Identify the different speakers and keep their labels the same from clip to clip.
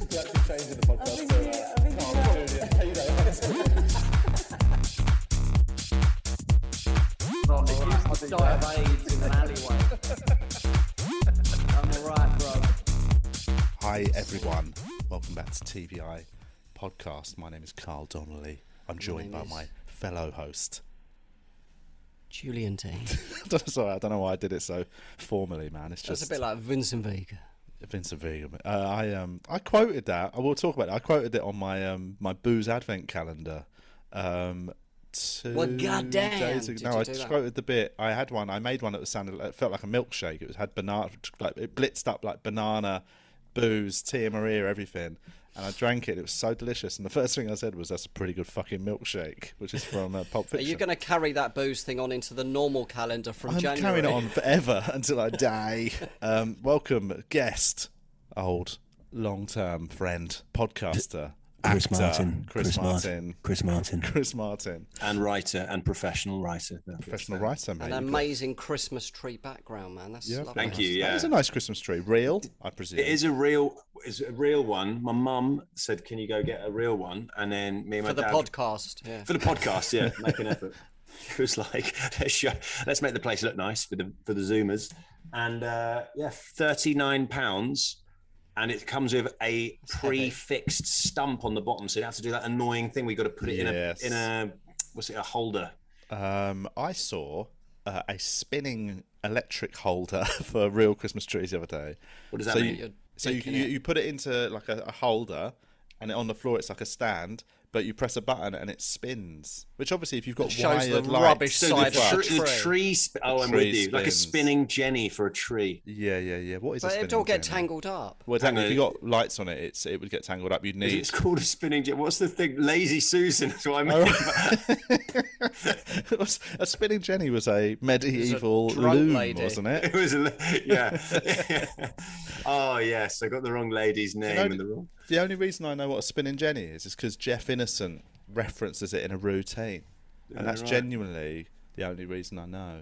Speaker 1: We're actually changing the podcast.
Speaker 2: think
Speaker 1: so,
Speaker 2: you-
Speaker 1: uh,
Speaker 2: I think
Speaker 1: no,
Speaker 2: you
Speaker 1: I'm doing it. Hey, you know, that's-
Speaker 3: From the Houston die of AIDS in an alleyway. I'm alright, bro.
Speaker 4: Hi, everyone. Welcome back to TBI Podcast. My name is Carl Donnelly. I'm joined by
Speaker 5: name is-
Speaker 4: my fellow host.
Speaker 5: Julian T.
Speaker 4: Sorry, I don't know why I did it so formally, man. It's
Speaker 5: That's
Speaker 4: just
Speaker 5: a bit like Vincent Vega.
Speaker 4: Vincent Vega. Uh, I um, I quoted that. I will talk about it. I quoted it on my um, my booze advent calendar. Um, two
Speaker 5: Well, goddamn,
Speaker 4: days
Speaker 5: did
Speaker 4: ago. No,
Speaker 5: you
Speaker 4: I
Speaker 5: do
Speaker 4: just
Speaker 5: that?
Speaker 4: quoted the bit. I had one. I made one that was sounded. It felt like a milkshake. It was had banana. Like it blitzed up like banana, booze, tia maria, everything. And I drank it. It was so delicious. And the first thing I said was, "That's a pretty good fucking milkshake," which is from uh, Pulp
Speaker 5: Are
Speaker 4: Fiction.
Speaker 5: you going to carry that booze thing on into the normal calendar from
Speaker 4: I'm
Speaker 5: January?
Speaker 4: carrying it on forever until I die. Um, welcome, guest, old, long-term friend, podcaster,
Speaker 6: Chris
Speaker 4: actor,
Speaker 6: Martin.
Speaker 4: Chris, Martin,
Speaker 6: Chris Martin.
Speaker 4: Chris Martin,
Speaker 7: and writer and professional writer. That's
Speaker 4: professional
Speaker 7: it.
Speaker 4: writer,
Speaker 5: An
Speaker 4: mate. You've got-
Speaker 5: amazing Christmas tree background, man. That's
Speaker 4: Yeah,
Speaker 5: lovely.
Speaker 7: Thank you.
Speaker 4: That
Speaker 7: Yeah,
Speaker 4: is a nice Christmas tree, real, I presume.
Speaker 7: it is a real, it's a real one. My mum said, "Can you go get a real one?" And then me and my
Speaker 5: For the
Speaker 4: um,
Speaker 7: dad
Speaker 5: podcast, yeah.
Speaker 7: for the podcast. Yeah, make an effort. It was like, let's, show, let's make the place look nice for the for the Zoomers. And uh, yeah, thirty nine pounds, and it comes with a prefixed stump on the bottom, so you have to do that annoying thing. We got to put it
Speaker 4: Yes.
Speaker 7: in a in a what's it a holder.
Speaker 4: Um, I saw uh, a spinning electric holder for real Christmas trees the other day.
Speaker 7: What does that
Speaker 4: so
Speaker 7: mean?
Speaker 4: You, so you, you, you put it into like a, a holder, and on the floor it's like a stand, but you press a button and it spins. Which obviously, if you've got
Speaker 5: It shows the
Speaker 4: wired lights,
Speaker 5: rubbish
Speaker 7: So
Speaker 5: side
Speaker 7: the,
Speaker 5: of
Speaker 7: tr-
Speaker 5: the
Speaker 7: the
Speaker 5: tree.
Speaker 7: tree. Sp- oh, I'm
Speaker 4: tree
Speaker 7: with you. Like a
Speaker 4: spins.
Speaker 7: spinning Jenny for a tree.
Speaker 4: Yeah, yeah, yeah. What is? a
Speaker 5: But it'd
Speaker 4: spinning
Speaker 5: all get
Speaker 4: jenny?
Speaker 5: tangled up.
Speaker 4: Well,
Speaker 7: Hang
Speaker 4: tangled. If
Speaker 7: on.
Speaker 4: you got lights on it, it's it would get tangled up. You'd
Speaker 7: Is
Speaker 4: need.
Speaker 7: it called a spinning Jenny? What's the thing? Lazy Susan. That's what I mean.
Speaker 4: Oh. It was- a spinning jenny was a medieval
Speaker 5: drunk
Speaker 4: loom,
Speaker 5: lady.
Speaker 4: wasn't it?
Speaker 7: it was a, yeah. oh yes, I got the wrong lady's name
Speaker 4: know-
Speaker 7: and the wrong.
Speaker 4: The only reason I know what a spinning jenny is is because Jeff Innocent references it in a routine, and that's
Speaker 7: right.
Speaker 4: genuinely the only reason I know.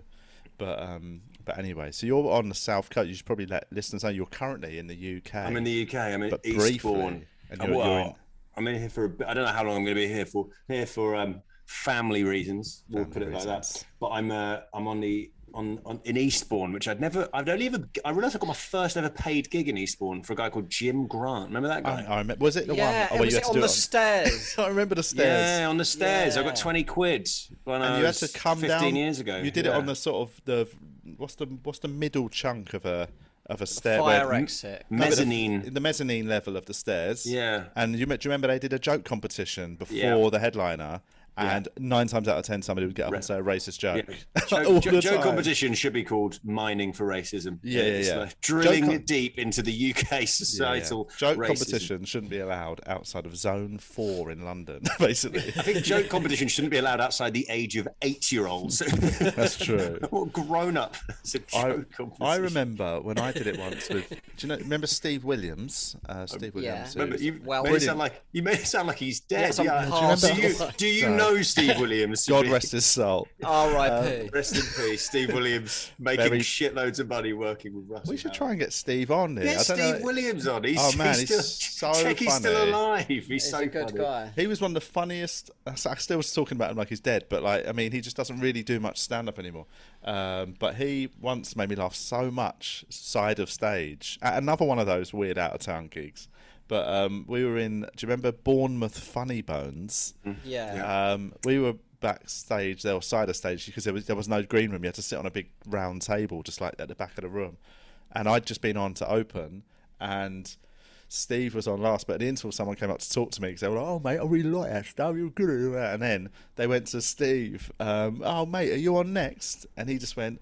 Speaker 4: But um, but anyway, so you're on the south coast. You should probably let listeners know you're currently in the UK.
Speaker 7: I'm in the UK. I'm in
Speaker 4: But briefly,
Speaker 7: Eastbourne.
Speaker 4: and
Speaker 7: Oh,
Speaker 4: you're-
Speaker 7: well,
Speaker 4: you're in-
Speaker 7: I'm in here for a bit. I don't know how long I'm going to be here for. Here for um, family reasons. We'll
Speaker 4: Family
Speaker 7: put it like
Speaker 4: reasons.
Speaker 7: that. But I'm uh, I'm on the on, on in Eastbourne, which I'd never. I've only ever. I realised I got my first ever paid gig in Eastbourne for a guy called Jim Grant. Remember that guy?
Speaker 4: I, I remember. Was it the
Speaker 5: Yeah,
Speaker 4: one? oh,
Speaker 5: it
Speaker 4: where
Speaker 5: was
Speaker 4: you
Speaker 5: it
Speaker 4: had to
Speaker 5: on
Speaker 4: do
Speaker 5: the
Speaker 4: it
Speaker 5: stairs.
Speaker 4: I remember the stairs.
Speaker 7: Yeah, on the stairs. I
Speaker 5: Yeah.
Speaker 7: got 20 quid. When I
Speaker 4: and you had
Speaker 7: was
Speaker 4: to come
Speaker 7: 15
Speaker 4: down.
Speaker 7: years ago.
Speaker 4: You did it
Speaker 7: Yeah.
Speaker 4: on the sort of the what's the what's the middle chunk of a of a stair
Speaker 5: Fire
Speaker 4: where-
Speaker 5: exit.
Speaker 4: No, but the-
Speaker 7: mezzanine.
Speaker 4: the mezzanine level of the stairs.
Speaker 7: Yeah.
Speaker 4: And you, me- do you remember they did a joke competition before
Speaker 7: Yeah.
Speaker 4: the headliner, and nine times out of ten somebody would get up and say a racist joke. All the
Speaker 7: Joe, Joe, Joe
Speaker 4: time.
Speaker 7: competition should be called mining for racism.
Speaker 4: Yeah, yeah,
Speaker 7: It's
Speaker 4: yeah.
Speaker 7: like drilling
Speaker 4: Joe com-
Speaker 7: deep into the UK
Speaker 4: Yeah, yeah.
Speaker 7: societal
Speaker 4: Joke
Speaker 7: racism.
Speaker 4: competition shouldn't be allowed outside of Zone Four in London, basically.
Speaker 7: I think joke competition shouldn't be allowed outside the age of eight-year-olds.
Speaker 4: That's true.
Speaker 7: what grown-up is a
Speaker 4: I,
Speaker 7: joke competition?
Speaker 4: I remember when I did it once with. Do you know? Remember Steve Williams? Uh, Steve Williams. who-
Speaker 7: Remember, you
Speaker 5: Well-
Speaker 7: made it sound like you made it sound like he's
Speaker 5: Yeah,
Speaker 7: dead.
Speaker 5: some
Speaker 7: Yeah.
Speaker 5: parcel.
Speaker 7: Do you, do you know Steve Williams?
Speaker 4: God rest his soul. um,
Speaker 5: R.I.P.
Speaker 7: Rest in peace, Steve Williams, making
Speaker 4: Very-
Speaker 7: shitloads of money working with Russell.
Speaker 4: We should
Speaker 7: Howard.
Speaker 4: try and get Steve on here.
Speaker 7: Get
Speaker 4: I
Speaker 7: Steve
Speaker 4: don't know.
Speaker 7: Williams on. He's,
Speaker 4: Oh, man,
Speaker 7: he's,
Speaker 4: he's
Speaker 7: still,
Speaker 4: so
Speaker 7: check he's
Speaker 4: funny.
Speaker 7: still alive. He's,
Speaker 5: He's
Speaker 7: so
Speaker 5: a good
Speaker 7: funny.
Speaker 5: guy.
Speaker 4: He was one of the funniest. I s- I still was talking about him like he's dead, but like I mean, he just doesn't really do much stand up anymore. Um, but he once made me laugh so much side of stage at another one of those weird out of town gigs. But um, we were in. Do you remember Bournemouth Funny Bones?
Speaker 5: Yeah.
Speaker 4: Um, we were backstage, there or side of stage because there was there was no green room. You had to sit on a big round table, just like at the back of the room. And I'd just been on to open, and Steve was on last. But at the interval, someone came up to talk to me because they were like, "Oh mate, I really like that stuff. You're good at that." And then they went to Steve. Um, oh mate, are you on next? And he just went.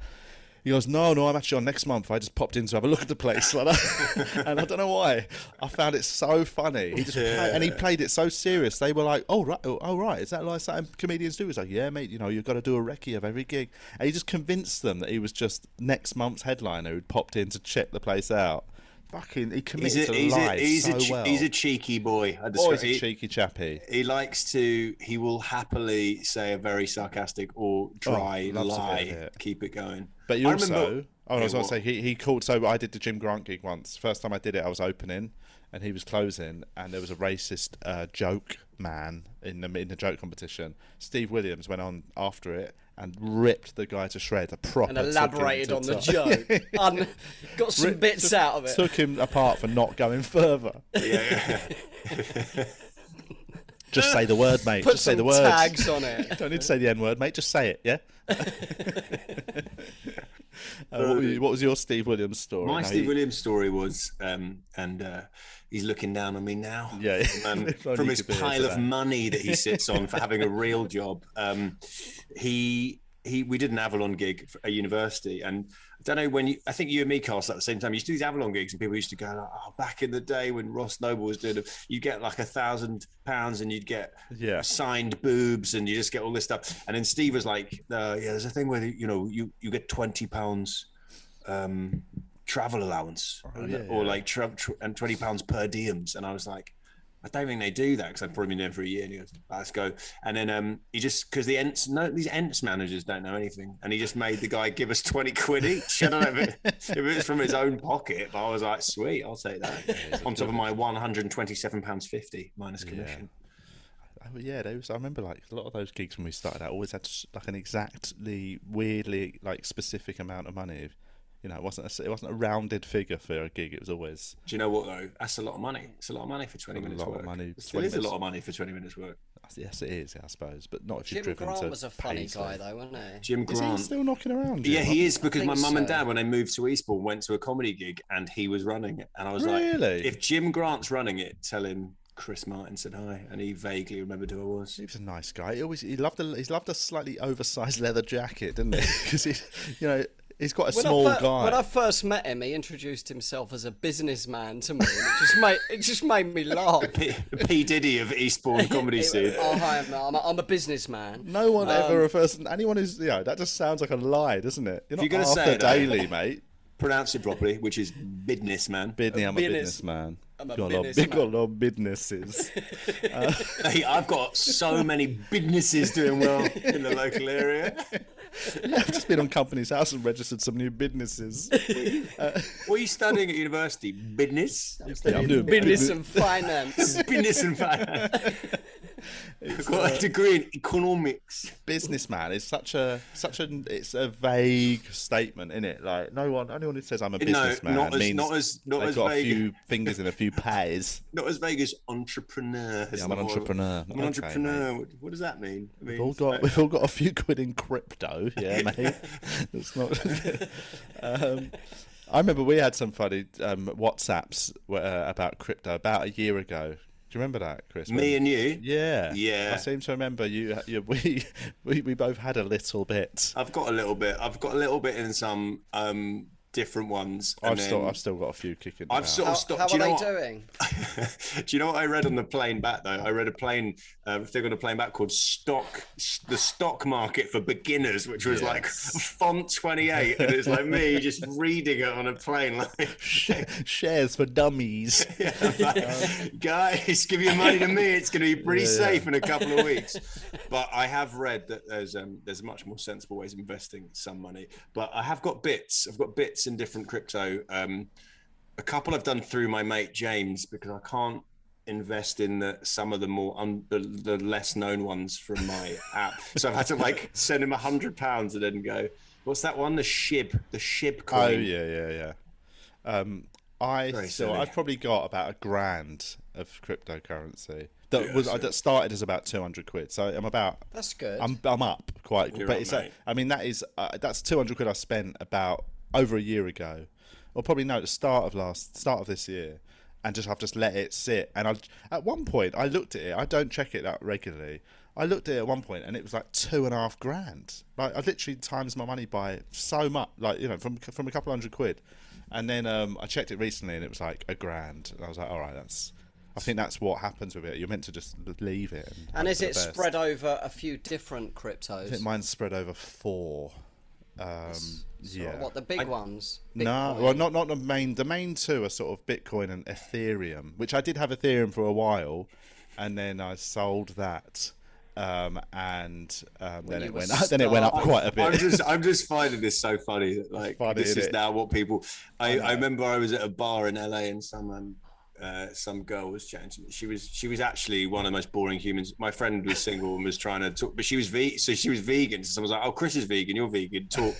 Speaker 4: He goes, no, no, I'm actually on next month. I just popped in to have a look at the place, like that. and I don't know why. I found it so funny. He just and he played it so serious. They were like, oh right, oh oh, right, is that like something comedians do? He's like, yeah, mate, you know, you've got to do a recce of every gig. And he just convinced them that he was just next month's headliner who'd popped in to check the place out. Fucking, he
Speaker 7: He's
Speaker 4: committed
Speaker 7: a,
Speaker 4: to
Speaker 7: he's, a,
Speaker 4: lies
Speaker 7: he's,
Speaker 4: so
Speaker 7: a, che-
Speaker 4: well.
Speaker 7: he's a cheeky boy. I
Speaker 4: Oh,
Speaker 7: describe-
Speaker 4: he's a
Speaker 7: he-
Speaker 4: cheeky chappy.
Speaker 7: He likes to. He will happily say a very sarcastic or dry
Speaker 4: Oh, loves a bit of
Speaker 7: lie.
Speaker 4: it.
Speaker 7: Keep it going.
Speaker 4: But you
Speaker 7: I
Speaker 4: also
Speaker 7: remember-
Speaker 4: Oh, I was going to say
Speaker 7: what?
Speaker 4: he, he called. So I did the Jim Grant gig once. First time I did it, I was opening, and he was closing, and there was a racist uh, joke man in the in the joke competition. Steve Williams went on after it and ripped the guy to shreds. A proper
Speaker 2: and
Speaker 4: took him
Speaker 2: elaborated
Speaker 4: to
Speaker 2: on the
Speaker 4: top.
Speaker 2: joke. Un- got some
Speaker 4: Ripped-
Speaker 2: bits
Speaker 4: took-
Speaker 2: out of it.
Speaker 4: Took him apart for not going further.
Speaker 7: Yeah,
Speaker 4: Just say the word, mate.
Speaker 2: Put
Speaker 4: Just say
Speaker 2: some
Speaker 4: the word.
Speaker 2: tags on it.
Speaker 4: Don't need to say the N word, mate. Just say it, yeah? Uh, what, were you- what was your Steve Williams story?
Speaker 7: My
Speaker 4: No,
Speaker 7: Steve
Speaker 4: he-
Speaker 7: Williams story was, um, and uh, he's looking down on me now.
Speaker 4: Yeah.
Speaker 7: um,
Speaker 4: If only
Speaker 7: from
Speaker 4: you
Speaker 7: his
Speaker 4: could be here
Speaker 7: pile of
Speaker 4: today.
Speaker 7: money that he sits on for having a real job. Um, he he, we did an Avalon gig for- at university, and I don't know when you. I think you and me, Carl, started at the same time. You used to do these Avalon gigs, and people used to go, like, "Oh, back in the day when Ross Noble was doing them, you get like a thousand pounds, and you'd get
Speaker 4: Yeah.
Speaker 7: signed boobs and you just get all this stuff. And then Steve was like, uh, yeah, there's a thing where you know you you get twenty pounds um, travel allowance and-
Speaker 4: Oh, yeah,
Speaker 7: or
Speaker 4: yeah.
Speaker 7: like tra- tr- and twenty pounds per diems. And I was like, I don't think they do that because I've probably been there for a year. And he goes, let's go. And then um, he just because the Ents no these Ents managers don't know anything, and he just made the guy give us twenty quid each. I don't know if it, if it was from his own pocket, but I was like, sweet, I'll take that on top of my one hundred twenty-seven pounds fifty minus commission.
Speaker 4: Oh yeah, there was, I remember like a lot of those gigs when we started out always had s- like an exactly weirdly like specific amount of money. You know, it wasn't a, s- it wasn't a rounded figure for a gig. It was always
Speaker 7: Do you know what though? That's a lot of money. It's a lot of money for twenty
Speaker 4: A
Speaker 7: minutes
Speaker 4: lot of
Speaker 7: work.
Speaker 4: money. 20
Speaker 7: It still is a
Speaker 4: minutes.
Speaker 7: lot of money for twenty minutes work.
Speaker 4: yes, it is, I suppose, but not if you're
Speaker 5: Jim
Speaker 4: driven to
Speaker 5: Grant was a funny
Speaker 4: Paisley.
Speaker 5: guy, though, wasn't he?
Speaker 7: Jim
Speaker 4: Is he
Speaker 7: Grant.
Speaker 4: still knocking around? Jim?
Speaker 7: yeah, he is because my
Speaker 5: think
Speaker 7: mum and
Speaker 5: so.
Speaker 7: dad, when they moved to Eastbourne, went to a comedy gig and he was running it. And I was like,
Speaker 4: Really?
Speaker 7: if Jim Grant's running it, tell him Chris Martin said hi. And he vaguely remembered who I was.
Speaker 4: He was a nice guy. He always he loved a he's loved a slightly oversized leather jacket, didn't he? Because he, you know, he's quite a small
Speaker 2: I fir-
Speaker 4: guy.
Speaker 2: when I first met him, he introduced himself as a businessman to me. And it just made it just made me laugh.
Speaker 7: P, P. Diddy of Eastbourne comedy scene.
Speaker 2: oh, hi, I'm, I'm, a, I'm a businessman.
Speaker 4: no one ever refers to anyone who's you know that just sounds like a lie, doesn't it? You're not
Speaker 7: you're gonna
Speaker 4: Arthur
Speaker 7: say it, I-
Speaker 4: Daly, mate.
Speaker 7: Pronounce it properly, which is business man.
Speaker 4: Bidney, I'm a
Speaker 2: business-
Speaker 4: businessman.
Speaker 2: I'm a
Speaker 4: got, a lot,
Speaker 2: businessman.
Speaker 4: got a lot of businesses.
Speaker 7: Hey, I've got so many businesses doing well in the local area.
Speaker 4: I've just been on Company's House and registered some new businesses.
Speaker 7: What are you studying at university? Business? I'm
Speaker 4: Yeah, I'm doing
Speaker 2: Business and finance.
Speaker 7: business and finance. I've got
Speaker 4: uh,
Speaker 7: a degree in economics.
Speaker 4: businessman. It's such a such a it's a vague statement, isn't it? Like no one, anyone who says I'm a businessman
Speaker 7: not as-
Speaker 4: means
Speaker 7: not as- not
Speaker 4: they've
Speaker 7: as
Speaker 4: got
Speaker 7: vague.
Speaker 4: a few fingers in a few pies.
Speaker 7: Not as vague as entrepreneur. is
Speaker 4: Yeah, I'm an
Speaker 7: not what-
Speaker 4: entrepreneur.
Speaker 7: I'm an
Speaker 4: Okay,
Speaker 7: entrepreneur. What, what does that mean? I mean,
Speaker 4: We've all got we've all got a few quid in crypto, yeah, mate. It's not. um, I remember we had some funny um, WhatsApps uh, about crypto about a year ago. Do you remember that, Chris?
Speaker 7: me and you.
Speaker 4: yeah,
Speaker 7: Yeah.
Speaker 4: I seem to remember you. uh, you we, we we both had a little bit.
Speaker 7: I've got a little bit. I've got a little bit in some um, different ones. and
Speaker 4: I've still
Speaker 7: then
Speaker 4: I've still got a few kicking.
Speaker 7: Oh, I've
Speaker 4: about.
Speaker 7: sort
Speaker 2: How,
Speaker 7: of stopped.
Speaker 2: how
Speaker 7: do
Speaker 2: are
Speaker 7: you know
Speaker 2: they
Speaker 7: what?
Speaker 2: doing?
Speaker 7: Do you know what I read on the plane back though? I read a plane uh, thing on a plane back called "Stock: The Stock Market for Beginners," which was like font twenty eight, and it's like me just reading it on a plane, like,
Speaker 4: shares for dummies.
Speaker 7: like, guys, give your money to me. It's going to be pretty safe in a couple of weeks. But I have read that there's um, there's much more sensible ways of investing some money. But I have got bits. I've got bits in different crypto. Um, a couple I've done through my mate James because I can't invest in the, some of the more un, the, the less known ones from my app. So I've had to like send him a hundred pounds and then go. What's that one? The SHIB, the SHIB coin.
Speaker 4: Oh yeah, yeah, yeah. Um, I
Speaker 7: Very
Speaker 4: so
Speaker 7: silly.
Speaker 4: I've probably got about a grand of cryptocurrency that was uh, that started as about two hundred quid. So I'm about
Speaker 2: That's good.
Speaker 4: I'm I'm up quite.
Speaker 7: You're
Speaker 4: but
Speaker 7: up,
Speaker 4: it's
Speaker 7: mate.
Speaker 4: like, I mean that is uh, that's two hundred quid I spent about over a year ago, or probably no, at the start of last start of this year, and just I've just let it sit. And I at one point I looked at it. I don't check it that regularly. I looked at it at one point and it was like two and a half grand. Like I literally times my money by so much, like you know, from from a couple hundred quid. And then um, I checked it recently and it was like a grand. And I was like, all right, that's. I think that's what happens with it. You're meant to just leave it. And,
Speaker 2: and
Speaker 4: hope
Speaker 2: is
Speaker 4: for the
Speaker 2: it
Speaker 4: best.
Speaker 2: spread over a few different
Speaker 4: I
Speaker 2: cryptos?
Speaker 4: think mine's spread over four. Um, yeah.
Speaker 2: What the big ones? Big
Speaker 4: no, well, not not the main. The main two are sort of Bitcoin and Ethereum, which I did have Ethereum for a while, and then I sold that um, and um, then
Speaker 2: you
Speaker 4: it
Speaker 2: were
Speaker 4: went up, then it went up quite a
Speaker 7: I'm
Speaker 4: bit.
Speaker 7: just, I'm just finding this so funny. that, Like
Speaker 4: funny,
Speaker 7: this
Speaker 4: isn't
Speaker 7: is
Speaker 4: it?
Speaker 7: now what people. I, I remember I was at a bar in LA and some um, uh, some girl was chatting to me. She was she was actually one of the most boring humans. My friend was single and was trying to talk, but she was ve- so she was vegan. So someone was like, "Oh, Chris is vegan. You're vegan. Talk,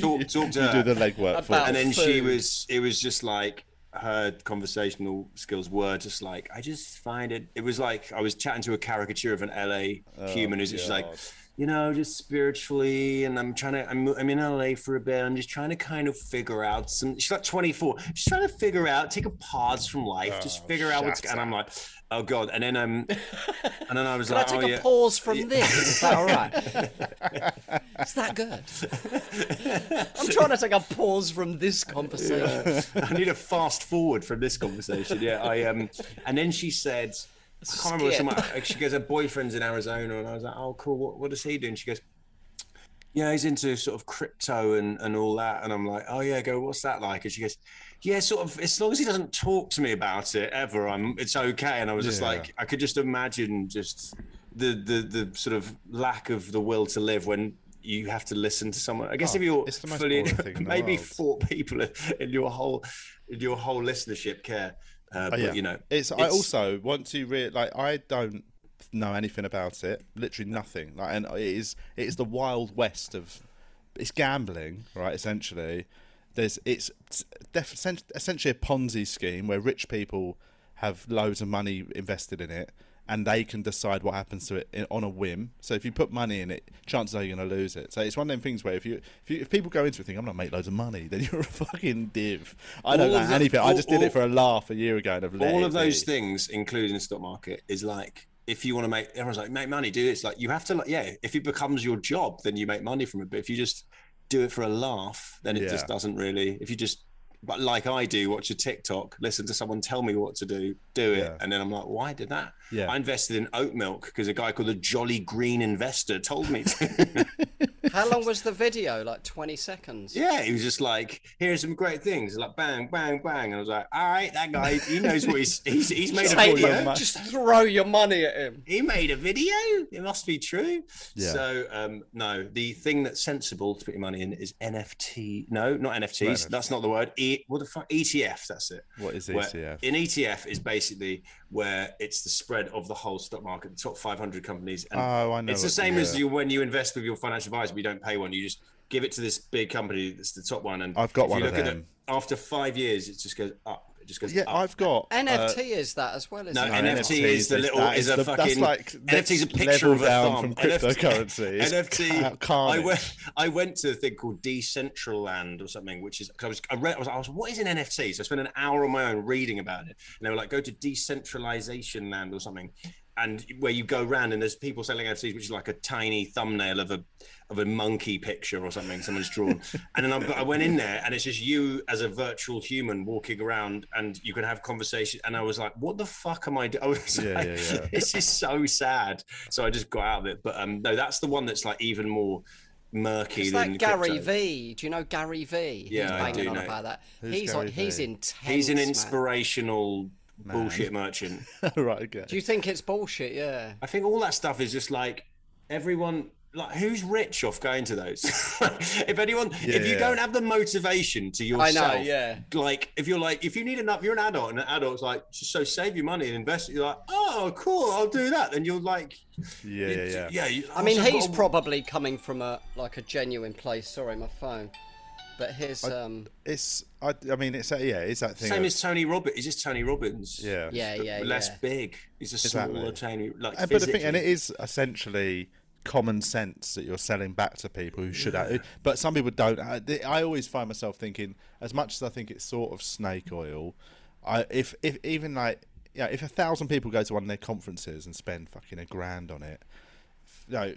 Speaker 7: talk, talk to
Speaker 4: you
Speaker 7: her."
Speaker 4: do the legwork for
Speaker 2: About-
Speaker 4: it.
Speaker 7: and then she
Speaker 2: food.
Speaker 7: was it was just like her conversational skills were just like i just find it it was like i was chatting to a caricature of an la human who's just like
Speaker 4: Oh, God.
Speaker 7: you know just spiritually and i'm trying to I'm, I'm in la for a bit i'm just trying to kind of figure out some she's like 24 she's trying to figure out take a pause from life just
Speaker 4: Oh,
Speaker 7: figure out what's
Speaker 4: shut
Speaker 7: and i'm like oh god and then i'm and then i was
Speaker 2: Can I
Speaker 7: like
Speaker 2: take
Speaker 7: oh
Speaker 2: a
Speaker 7: yeah
Speaker 2: pause from this? Is that all right? Is that good? I'm trying to take a pause from this conversation.
Speaker 7: I need a fast forward from this conversation. Yeah, I um, and then she said, I can't remember what
Speaker 2: Skip.
Speaker 7: someone. like, She goes, her boyfriend's in Arizona, and I was like, oh, cool. What, what does he do? And she goes, yeah, he's into sort of crypto and and all that. And I'm like, oh yeah, I go, what's that like? And she goes, yeah, sort of. As long as he doesn't talk to me about it ever, I'm it's okay. And I was just
Speaker 4: Yeah.
Speaker 7: like, I could just imagine just the the the sort of lack of the will to live when. You have to listen to someone. I guess
Speaker 4: Oh,
Speaker 7: if you're
Speaker 4: it's the most
Speaker 7: fully,
Speaker 4: boring thing in the
Speaker 7: maybe
Speaker 4: world.
Speaker 7: four people in your whole in your whole listenership care. Uh, but you know,
Speaker 4: Oh, it's, I also want to re- like I don't know anything about it, literally nothing. Like, and it is it is the wild west of it's gambling, right? Essentially, there's it's def- essen- essentially a Ponzi scheme where rich people have loads of money invested in it. And they can decide what happens to it in- on a whim. So if you put money in it, chances are you're going to lose it. So it's one of them things where if you if, you, if people go into it thinking I'm going to make loads of money, then you're a fucking div. I don't
Speaker 7: All
Speaker 4: know
Speaker 7: the-
Speaker 4: anything. I
Speaker 7: all-
Speaker 4: just did
Speaker 7: all-
Speaker 4: it for a laugh a year ago and have let
Speaker 7: all
Speaker 4: it
Speaker 7: of those
Speaker 4: be.
Speaker 7: things, including the stock market, is like if you want to make everyone's like make money, do this. Like you have to, like yeah. If it becomes your job, then you make money from it. But if you just do it for a laugh, then it
Speaker 4: Yeah.
Speaker 7: just doesn't really. If you just but like I do, watch a TikTok, listen to someone tell me what to do, do it,
Speaker 4: Yeah.
Speaker 7: and then I'm like, why did that?
Speaker 4: Yeah.
Speaker 7: I invested in oat milk because a guy called the Jolly Green Investor told me to.
Speaker 2: How long was the video? Like 20 seconds.
Speaker 7: Yeah, he was just like, "Here's some great things," like bang, bang, bang, and I was like, "All right, that guy, he knows what he's he's, he's made a
Speaker 2: Take-
Speaker 7: video.
Speaker 4: my-
Speaker 2: just throw your money at him.
Speaker 7: He made a video. It must be true."
Speaker 4: Yeah.
Speaker 7: So, um, no, the thing that's sensible to put your money in is NFT. No, not NFTs.
Speaker 4: Right.
Speaker 7: That's not the word. E, what the fuck? ETF. That's it.
Speaker 4: What is E
Speaker 7: Where-
Speaker 4: ETF?
Speaker 7: An ETF is basically where it's the spread of the whole stock market, the top 500 companies, and
Speaker 4: Oh, I know.
Speaker 7: it's the
Speaker 4: what-
Speaker 7: same as
Speaker 4: yeah.
Speaker 7: you when you invest with your financial advisor, but you don't pay one. You just give it to this big company that's the top one. And
Speaker 4: I've got
Speaker 7: if
Speaker 4: one
Speaker 7: you
Speaker 4: of
Speaker 7: look at it
Speaker 4: them.
Speaker 7: after five years, it just goes up. It just goes
Speaker 4: Yeah,
Speaker 7: up.
Speaker 4: I've got uh,
Speaker 2: NFT is that as well, isn't
Speaker 7: no,
Speaker 2: it?
Speaker 7: NFT, is the
Speaker 4: NFTs,
Speaker 7: little
Speaker 4: that
Speaker 7: is, a
Speaker 4: the-
Speaker 7: fucking
Speaker 4: that's like
Speaker 7: NFT is a
Speaker 4: next
Speaker 7: picture
Speaker 4: level
Speaker 7: of a
Speaker 4: down
Speaker 7: thumb.
Speaker 4: from cryptocurrency. It's ca-
Speaker 7: NFT. I
Speaker 4: carnage.
Speaker 7: went. I went to a thing called Decentraland or something, which is because I was I read I was, I was what is an NFT? So I spent an hour on my own reading about it, and they were like, go to Decentralization Land or something, and where you go round and there's people selling NFTs, which is like a tiny thumbnail of a of a monkey picture or something someone's drawn. and then I've, I went in there and it's just you as a virtual human walking around, and you can have conversation. And I was like, what the fuck am I doing? I was
Speaker 4: Yeah,
Speaker 7: like,
Speaker 4: yeah, yeah.
Speaker 7: this is so sad. So I just got out of it. But um, no, that's the one that's like even more murky
Speaker 2: It's
Speaker 7: than
Speaker 2: like Gary
Speaker 7: crypto.
Speaker 2: V. Do you know Gary V?
Speaker 7: Yeah, I
Speaker 2: he's banging
Speaker 7: do
Speaker 2: on
Speaker 7: know.
Speaker 2: about that.
Speaker 4: Who's
Speaker 2: he's on,
Speaker 4: Gary
Speaker 2: he's
Speaker 4: Vee?
Speaker 2: intense.
Speaker 7: He's an
Speaker 2: man.
Speaker 7: inspirational bullshit merchant.
Speaker 4: uh, right. Okay.
Speaker 2: Do you think it's bullshit? Yeah.
Speaker 7: I think all that stuff is just like everyone. Like who's rich off going to those? if anyone, if you
Speaker 4: yeah.
Speaker 7: don't have the motivation to
Speaker 2: I
Speaker 7: yourself,
Speaker 2: know. Yeah.
Speaker 7: like if you're like if you need enough you're an adult and an adult's like so save your money and invest it," you're like oh cool i'll do that then you're like
Speaker 4: yeah, yeah, yeah.
Speaker 7: yeah you-
Speaker 2: I mean,
Speaker 7: also
Speaker 2: he's
Speaker 7: got-
Speaker 2: probably coming from a like a genuine place. Sorry, my phone. But his um.
Speaker 4: It's. I, I mean, it's. that- Yeah, it's that thing.
Speaker 7: same
Speaker 4: of-
Speaker 7: as tony robbins he's just tony robbins
Speaker 4: Yeah.
Speaker 2: Yeah,
Speaker 7: but
Speaker 2: yeah,
Speaker 7: less
Speaker 2: yeah.
Speaker 7: big he's a
Speaker 4: Exactly.
Speaker 7: smaller tony like
Speaker 4: And, but the thing,
Speaker 7: physically.
Speaker 4: and it is essentially common sense that you're selling back to people who should. have But some people don't. I, I always find myself thinking, as much as I think it's sort of snake oil, I if if even like you know, if a thousand people go to one of their conferences and spend fucking a grand on it. You know,